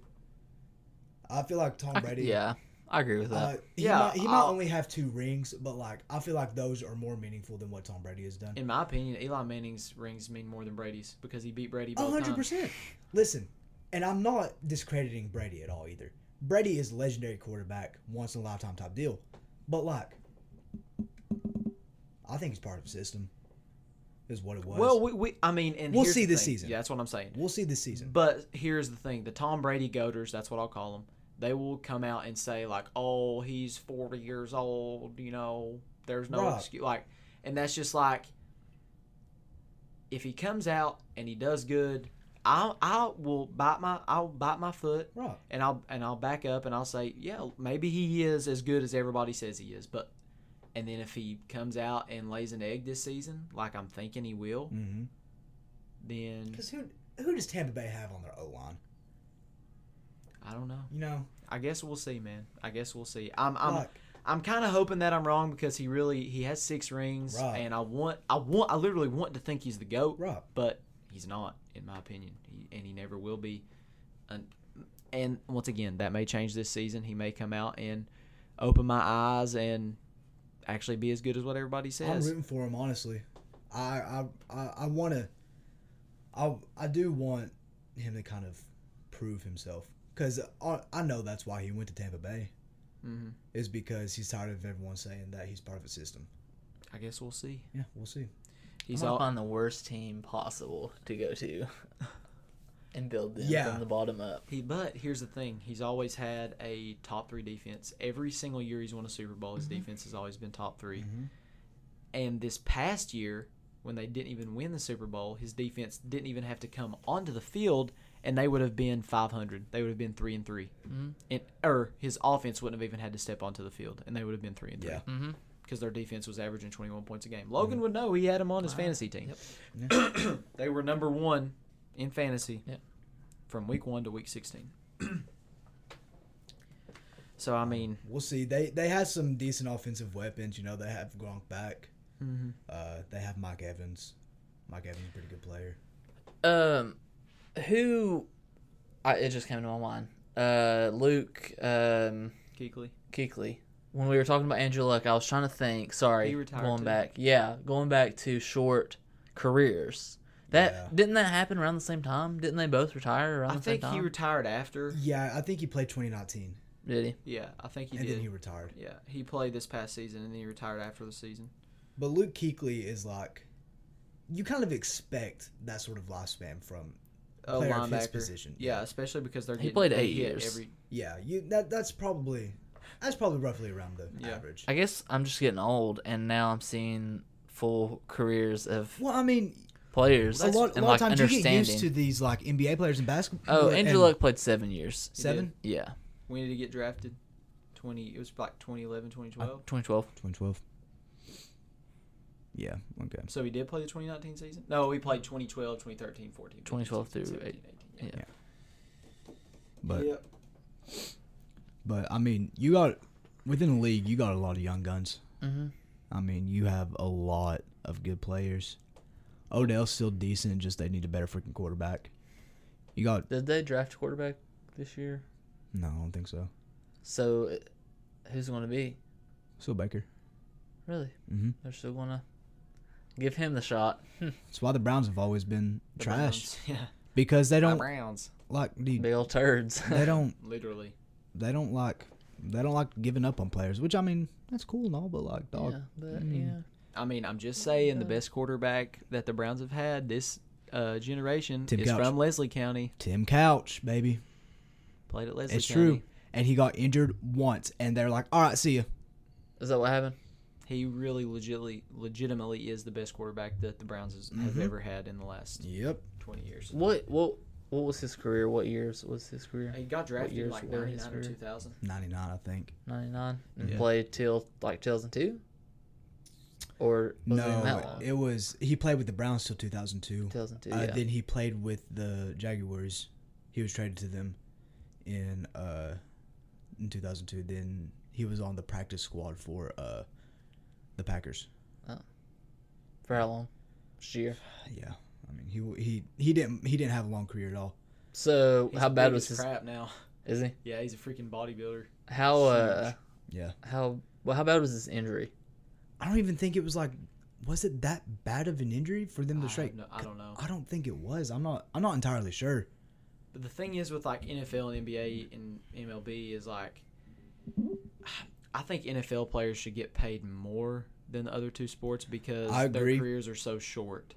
I feel like Tom
I c-
Brady.
yeah, I agree with that.
Uh, he
Yeah,
might, he might
I'll-
only have two rings, but like I feel like those are more meaningful than what Tom Brady has done.
in my opinion, Eli Manning's rings mean more than Brady's because he beat Brady
A
both
hundred
times.
percent. Listen, and I'm not discrediting Brady at all either. Brady is a legendary quarterback, once in a lifetime type deal. But like, I think he's part of the system. Is what it was.
Well, we, we I mean, and
We'll
here's
see
the
this
thing.
season.
Yeah, that's what I'm saying.
we'll see this season.
But here's the thing: the Tom Brady goaters, that's what I'll call them. They will come out and say like, "Oh, he's 40 years old," you know. There's no
Right.
excuse, like, and that's just like, if he comes out and he does good, I I will bite my I'll bite my foot
Right.
and I'll and I'll back up and I'll say, yeah, maybe he is as good as everybody says he is, but and then if he comes out and lays an egg this season, like I'm thinking he will,
Mm-hmm.
then
Because who who does Tampa Bay have on their O line?
I don't know.
You know,
I guess we'll see, man. I guess we'll see. I'm I'm
like
I'm kind of hoping that I'm wrong because he really he has six rings
Right.
and I want I want I literally want to think he's the goat,
Rob.
but he's not in my opinion. He, and he never will be. And, and once again, that may change this season. He may come out and open my eyes and actually be as good as what everybody
I'm
says.
rooting for him honestly. I I I, I want to. I I do want him to kind of prove himself because I, I know that's why he went to Tampa Bay
hmm
is because he's tired of everyone saying that he's part of a system.
I guess we'll see.
Yeah, we'll see.
He's
I'm gonna
all
find the worst team possible to go to and build them
Yeah.
from the bottom up.
he but here's the thing. He's always had a top 3 defense. Every single year he's won a Super Bowl, his defense has always been top 3. And this past year, when they didn't even win the Super Bowl, his defense didn't even have to come onto the field, and they would have been 500. They would have been three and 3
Mhm.
and or his offense wouldn't have even had to step onto the field, and they would have been three and three
Yeah.
Mhm.
because their defense was averaging 21 points a game. Logan
Mm-hmm.
would know he had him on his fantasy team. they were number one in fantasy
Yep.
from week one to week 16. so I mean,
We'll see. They they have some decent offensive weapons. You know, they have Gronk back.
Mm-hmm.
Uh, they have Mike Evans. Mike Evans is a pretty good player.
Um, who? I, it just came to my mind. Uh, Luke um,
Keekly.
Kuechly. When we were talking about Andrew Luck, I was trying to think. Sorry,
He retired
going
too.
back. Yeah, going back to short careers. That
Yeah.
didn't that happen around the same time? Didn't they both retire around
I
the same
think
time?
he retired after.
Yeah, I think he played 2019
Did he?
Yeah, I think he
and
did.
then he retired.
Yeah, he played this past season and then he retired after the season.
But Luke Kuechly is like, you kind of expect that sort of lifespan from.
A
Player
linebacker.
of his position.
Yeah, especially because they're
He
getting,
played
they
eight
hit
years.
Every,
Yeah, you that that's probably that's probably roughly around the
Yeah.
average.
I guess I'm just getting old, and now I'm seeing full careers of
Well, I mean,
players
a lot, a
and
lot of
like
times you get
understanding.
used to these like NBA players in basketball.
oh,
and
Andrew Luck played seven years.
seven,
Yeah,
when did he get drafted? 20, it was like 2011, 2012.
2012.
2012. Yeah. Okay.
So he did play the 2019 season? No, he played 2012, 2013, 14.
2012 through
18.
Yeah.
But
Yep.
but I mean, you got within the league, you got a lot of young guns.
Mm-hmm.
I mean, you have a lot of good players. Odell's still decent, just they need a better freaking quarterback. You got
Did they draft a quarterback this year?
no, I don't think so.
So, it- who's going to be?
Still Baker.
Really?
Mm-hmm.
They're still going to give him the shot.
That's why the Browns have always been
The
trash
Browns. Yeah.
because they
The
don't
Browns.
like dude,
Big old turds.
they don't
Literally.
they don't like they don't like giving up on players, which I mean that's cool and all, but like dog,
yeah, but,
Mm.
I mean, I'm just saying the best quarterback that the Browns have had this uh, generation
Tim
is
Couch.
from Leslie County.
Tim Couch, baby,
Played at Leslie
it's
County.
true. And he got injured once, and they're like, all right, see ya.
Is that what happened?
He really legitly, legitimately is the best quarterback that the Browns has, have
Mm-hmm.
ever had in the last
Yep.
20 years.
What what what was his career? What years was his career?
He got drafted in
years
like
were his
99 or
career?
2000.
99, I think.
99 and
Yeah.
played till like 2002. Or was it even that
No,
long?
it was he played with the Browns till 2002.
2002.
Uh,
yeah.
Then he played with the Jaguars. He was traded to them in uh, in 2002. Then he was on the practice squad for uh, the Packers.
For how long? This year.
Yeah, I mean he he he didn't he didn't have a long career at all.
So
He's
how
big
bad
as
was his?
crap now?
Is he?
Yeah, he's a freaking bodybuilder.
How uh?
Yeah.
How well? How bad was his injury?
I don't even think it was like was it that bad of an injury for them
I
to
have
straight?
no- I don't know.
I don't think it was. I'm not I'm not entirely sure.
But the thing is with like NFL and NBA and MLB is like I think NFL players should get paid more than the other two sports because
I
their
agree.
careers are so short.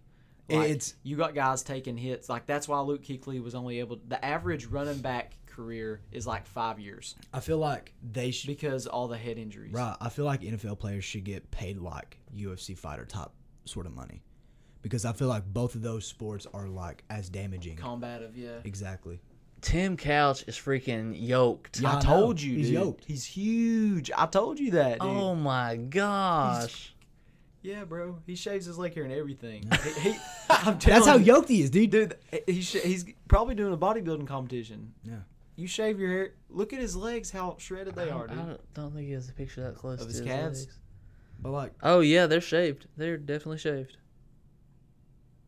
It-
Like,
it's-
you got guys taking hits. Like that's why Luke Kuechly was only able the average running back career is like 5 years
I feel like they should
because all the head injuries.
Right. I feel like NFL players should get paid like UFC fighter type sort of money. Because I feel like both of those sports are like as damaging.
Combative, yeah.
Exactly.
Tim Couch is freaking yoked.
Yeah,
I
I
told
know.
you,
He's
dude.
yoked.
He's huge. I told you that, dude.
Oh my gosh.
Yeah, bro. He shaves his leg hair and everything. he, he, I'm
That's how
telling you.
yoked he is, dude.
dude. He's he's probably doing a bodybuilding competition.
Yeah.
You shave your hair. Look at his legs, how shredded
I
they are,
don't, I
dude.
don't- don't think he has a picture that close
Of
to
his
his
calves?
legs.
But like
Oh yeah, they're shaved. They're definitely shaved.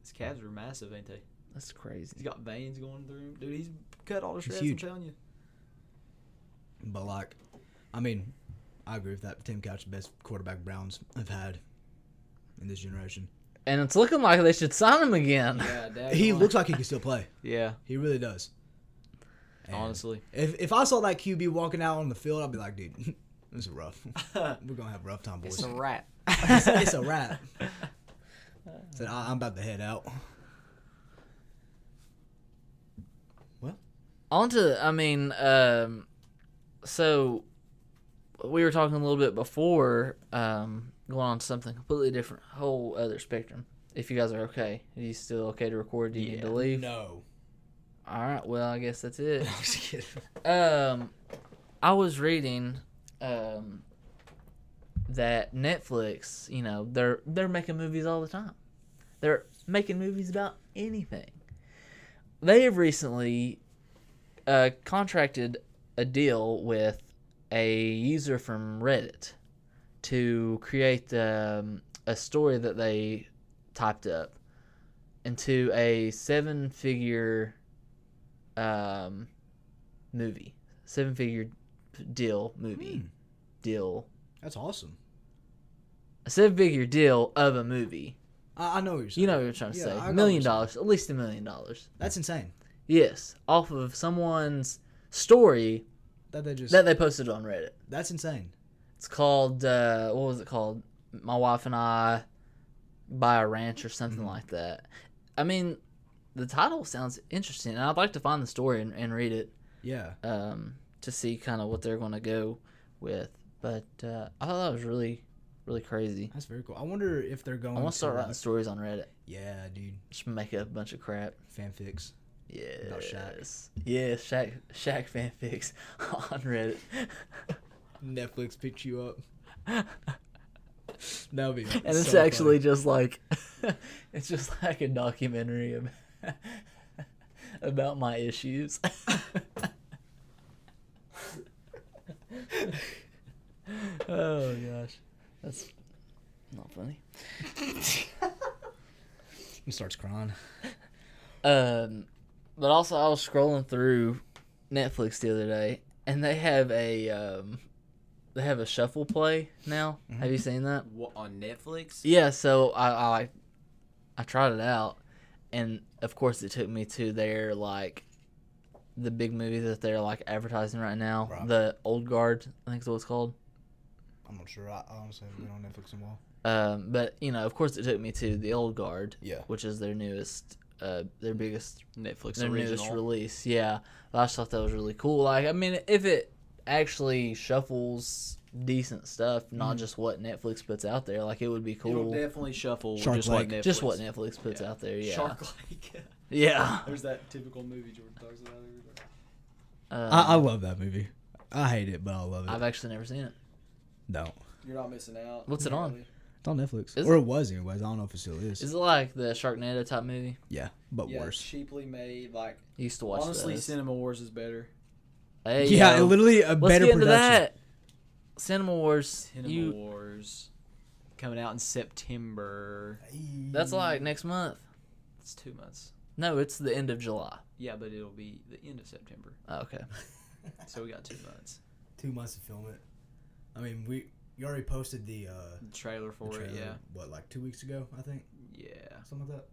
His calves are massive, ain't they?
That's crazy.
He's got veins going through him, dude. He's cut all the
He's
shreds.
huge.
I'm telling you.
but like I mean, I agree with that. Tim Couch the best quarterback Browns have had in this generation.
And it's looking like they should sign him again.
Yeah, dad.
He looks like he can still play.
Yeah,
He really does. And
honestly.
If if I saw that QB walking out on the field, I'd be like, dude, this is rough. We're gonna have a rough time, boys.
It's a rat.
it's, it's a wrap. Said I, I'm about to head out.
On to, I mean, um, so we were talking a little bit before um, going on to something completely different, whole other spectrum. If you guys are okay, are you still okay to record? Do you need to leave?
No,
All right. Well, I guess that's it.
I'm just kidding.
Um, I was reading, um, that Netflix, you know, they're they're making movies all the time. They're making movies about anything. They have recently, uh, contracted a deal with a user from Reddit to create um, a story that they typed up into a seven-figure um, movie, seven figure deal
Hmm.
movie, deal,
That's awesome.
a seven figure deal of a movie.
I, I know what you're saying.
You know what I'm trying to
Yeah, I
say?
got what
A million
you're saying.
dollars, at least a million dollars.
That's insane.
Yes, off of someone's story
That they just
that they posted on Reddit.
that's insane.
It's called uh, what was it called? My wife and I buy a ranch or something
Mm-hmm.
like that. I mean, the title sounds interesting, and I'd like to find the story and, and read it.
Yeah,
um, to see kind of what they're going to go with. But uh, I thought that was really, really crazy.
that's very cool. I wonder if they're going.
I want to start
like-
writing stories on Reddit.
Yeah, dude,
Just make up a bunch of crap.
fanfics.
Yes.
Shaq.
Yeah, Shaq, Shaq fanfics on Reddit.
Netflix picks you up. that would be.
And it's actually just like, it's just like a documentary about, about my issues. oh gosh, that's not funny.
He starts crying.
Um, but also I was scrolling through Netflix the other day, and they have a um, they have a shuffle play now. Have you seen that?
What, on Netflix?
Yeah. So I, I like I tried it out, and of course it took me to their like the big movie that they're like advertising right now,
Right.
the Old Guard, I think is what it's called.
I'm not sure. I I honestly haven't been on Netflix in a while.
Um, but you know, of course, it took me to the Old Guard,
Yeah.
which is their newest, uh, their biggest
Netflix
their newest
original.
release. Yeah, I just thought that was really cool. Like, I mean, if it actually shuffles decent stuff, not just what Netflix puts out there, like it would be
Mm-hmm. It'll
cool.
definitely shuffle
Shark
just what
Lake.
Netflix.
just what Netflix puts
Yeah.
out there. Yeah,
Shark Lake.
yeah.
There's that typical movie Jordan talks about every day.
Uh,
I, I love that movie. I hate it, but I love it.
I've actually never seen it.
no,
You're not missing out.
What's it on?
really.
It's on Netflix,
Is
or it was anyways. I don't know if it still is.
Is it like the Sharknado type movie?
yeah, but
yeah,
worse.
cheaply made. Like
You used to watch
honestly,
those.
Cinema Wars is better.
Hey,
yeah,
yo.
literally a
Let's
better
get into
production.
that. Cinema Wars.
Cinema
you.
Wars coming out in September.
That's like next month.
It's two months.
No, it's the end of July.
Yeah, but it'll be the end of September,
Oh, okay.
so we got two months.
two months to film it. I mean, we you already posted the uh,
The trailer for
the
it.
trailer,
Yeah.
what like two weeks ago, I think,
Yeah.
something like that.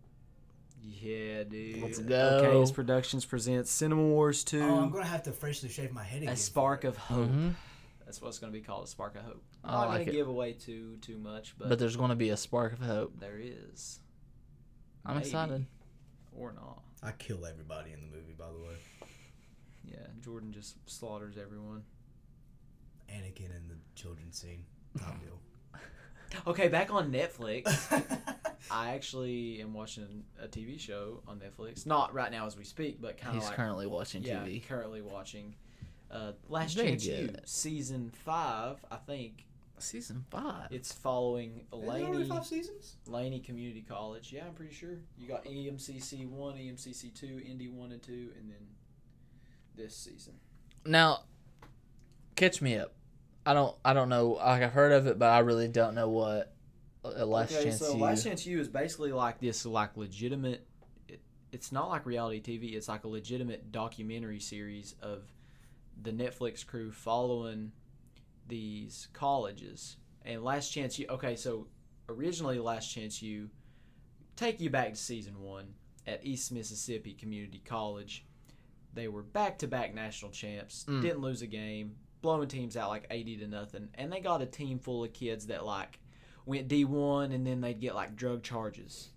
Yeah, dude.
Let's
Okay,
go.
his Productions presents Cinema Wars 2.
Oh, I'm gonna have to freshly shave my head again.
a
for
Spark
it.
of Hope.
Mm-hmm.
hmm
That's what it's going to be called, a Spark of Hope.
I
I'm not
like
going
it.
to give away too too much, but,
But there's going to be a spark of hope.
there is.
I'm
Maybe.
excited.
Or not.
I kill everybody in the movie, by the way.
Yeah, Jordan just slaughters everyone.
Anakin and the children scene. Top deal.
Okay, back on Netflix. I actually am watching a TV show on Netflix. Not right now as we speak, but kind of
He's
like
currently watching
yeah,
TV.
currently watching uh, Last
Very
Chance You,
good.
season five. I think
Season five.
it's following Lainey.
seasons?
Laney Community College. Yeah, I'm pretty sure. You got E EMCC 1, EMCC 2, Indy 1 and 2, and then this season.
Now, catch me up. I don't. I don't know. Like, I've heard of it, but I really don't know what uh, Last
okay,
Chance
so
You.
Last Chance U is basically like this like legitimate it, it's not like reality TV, it's like a legitimate documentary series of the Netflix crew following these colleges. And Last Chance U okay, so originally Last Chance U take you back to season 1 at East Mississippi Community College. They were back-to-back national champs,
Mm.
didn't lose a game, blowing teams out like 80 to nothing, and they got a team full of kids that like went D one, and then they'd get like drug charges.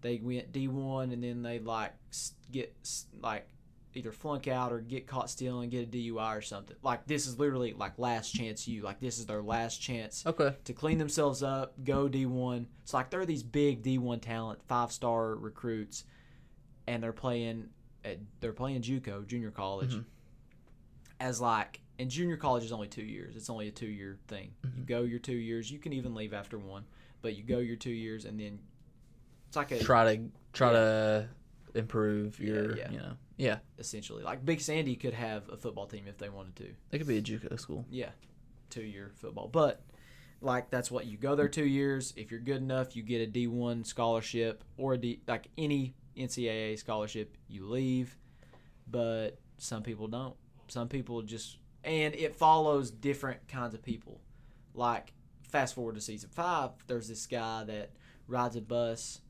They went D one, and then they'd like s- get s- like either flunk out or get caught stealing, get a DUI or something. Like this is literally like last chance you. Like this is their last chance
okay.
to clean themselves up, go D one. It's like they're these big D one talent, five star recruits, and they're playing at they're playing JUCO, junior college, as like. And junior college is only two years. It's only a two year thing. You go your two years. You can even leave after one, but you go your two years, and then it's like a
Try to try to improve your.
yeah.
You know. Yeah.
essentially like Big Sandy could have a football team if they wanted to.
It could be a JUCO school.
Yeah, two year football. But like that's what you go there two years. If you're good enough, you get a D one scholarship or a D like any NCAA scholarship. You leave, but some people don't. Some people just and it follows different kinds of people. Like fast forward to season five, there's this guy that rides a bus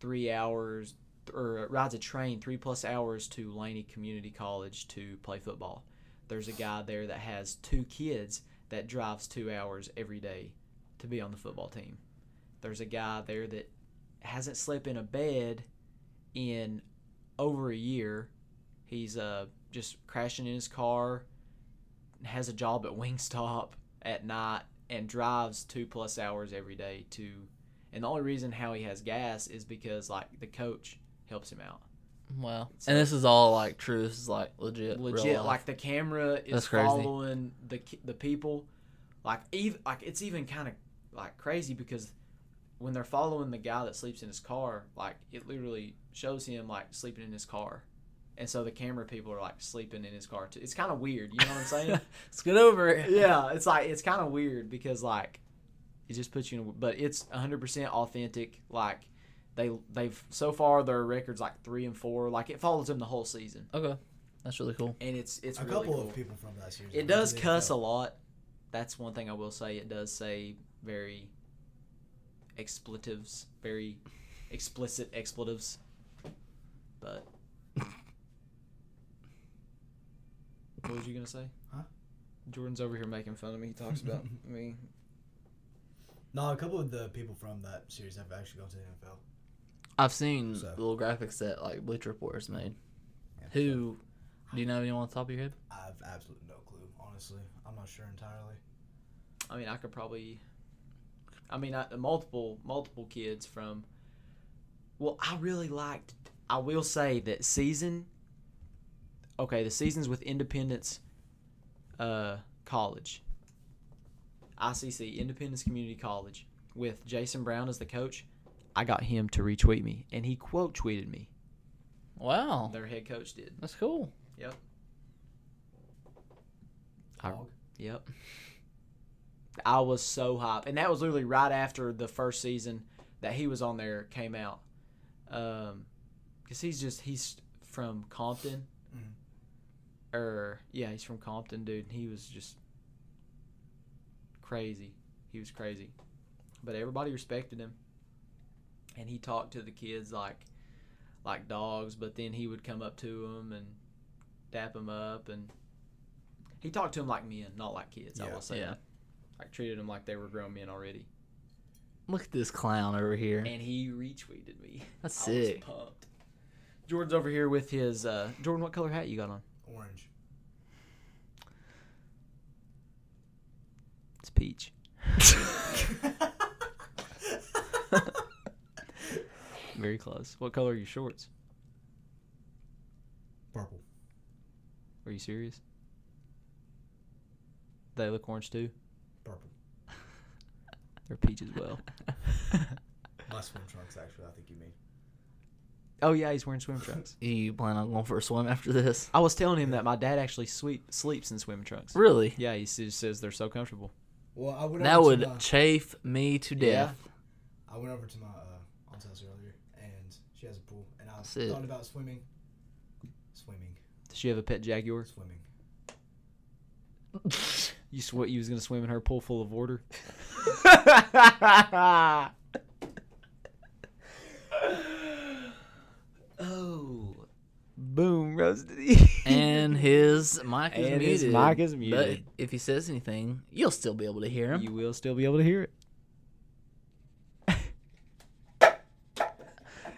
three hours or rides a train three plus hours to Laney Community College to play football there's a guy there that has two kids that drives two hours every day to be on the football team. There's a guy there that hasn't slept in a bed in over a year. He's uh, just crashing in his car, has a job at Wingstop at night, and drives two plus hours every day to. And the only reason how he has gas is because like the coach helps him out.
Wow.
So-
and this is all like true. This is like legit. real
legit
life.
like the camera is
That's crazy.
following the ki- the people like even like it's even kind of like crazy because when they're following the guy that sleeps in his car like it literally shows him like sleeping in his car and so the camera people are like sleeping in his car too it's kind of weird you know what i'm saying
Let's get over it.
yeah it's like it's kind of weird because like it just puts you in a, but it's 100% authentic like they they've so far their records like three and four like it follows them the whole season
Okay. That's really cool.
and it's it's
a
really
couple
cool.
of people from that series.
It does cuss a lot. That's one thing I will say. It does say very expletives, very explicit expletives. But what was you gonna say?
Huh?
Jordan's over here making fun of me. He talks about me.
No, a couple of the people from that series have actually gone to the NFL.
I've seen
So.
little graphics that like Bleacher Report has made. Who? Do you know anyone on the top of your head?
I have absolutely no clue, honestly. I'm not sure entirely.
I mean, I could probably. I mean, I, multiple multiple kids from. Well, I really liked. I will say that season. Okay, the seasons with Independence, uh, College. ICC Independence Community College. with Jason Brown as the coach, I got him to retweet me, and he quote tweeted me.
Wow.
Their head coach did.
That's cool.
Yep. I-
Dog.
Yep. I was so hyped, and that was literally right after the first season that he was on there came out. Um, cause he's just he's from Compton, or yeah, he's from Compton, dude. And he was just crazy. He was crazy, but everybody respected him, and he talked to the kids like like dogs. But then he would come up to them and dap them up, and he talked to them like men, not like kids. I
Yeah.
will say
Yeah.
that. Like treated them like they were grown men already.
Look at this clown over here.
And he retweeted me.
That's
I was
sick.
pumped. Jordan's over here with his uh, Jordan. What color hat you got on?
Orange.
It's peach. Very close. What color are your shorts?
Purple.
Are you serious? They look orange too.
Purple.
They're peach as well.
My swim trunks, actually, I think you mean.
oh yeah, he's wearing swim trunks.
You plan on going for a swim after this?
I was telling him that my dad actually sleep, sleeps in swim trunks.
Really?
Yeah, he s- says they're so comfortable.
Well, I went
That
over
would
to my,
chafe me to death.
I went over to my uh, aunt's house earlier, and she has a pool, and I
That's it.
thought about swimming. Swimming.
Does she have a pet jaguar?
Swimming.
You sw- you was gonna swim in her pool full of water. oh, boom, roasted.
And his mic is
And
muted.
his mic is muted.
But if he says anything, you'll still be able to hear him.
you will still be able to hear it.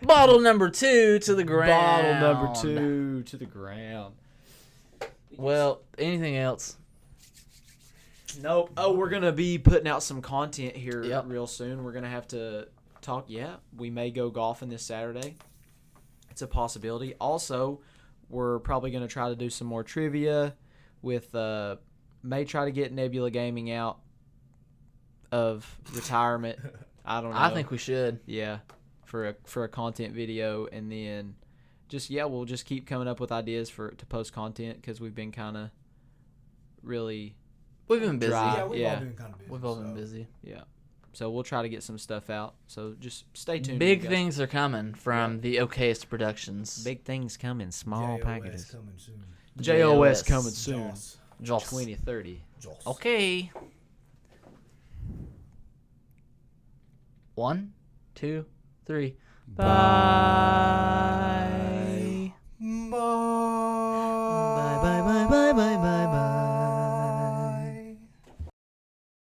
Bottle number two to the ground.
Bottle number two to the ground.
Well, anything else?
Nope. Oh, we're gonna be putting out some content here
Yep.
real soon. We're gonna have to talk. Yeah, we may go golfing this Saturday. It's a possibility. Also, we're probably gonna try to do some more trivia. With uh, may try to get Nebula Gaming out of retirement. I don't know.
I think we should.
yeah, for a for a content video, and then just yeah, we'll just keep coming up with ideas for to post content because we've been kind of really
We've been busy.
Dry.
yeah, we've
yeah.
all been kind of busy.
Ah, We've all been
so-
busy.
So we'll try to get some stuff out. So just stay tuned.
Big
you guys.
things are coming from the OKest Productions.
Big things coming. Small
JOS
packages.
coming soon.
JOS coming soon.
Joss.
Joss.
Twenty thirty.
Joss.
Okay. One, two, three. Bye.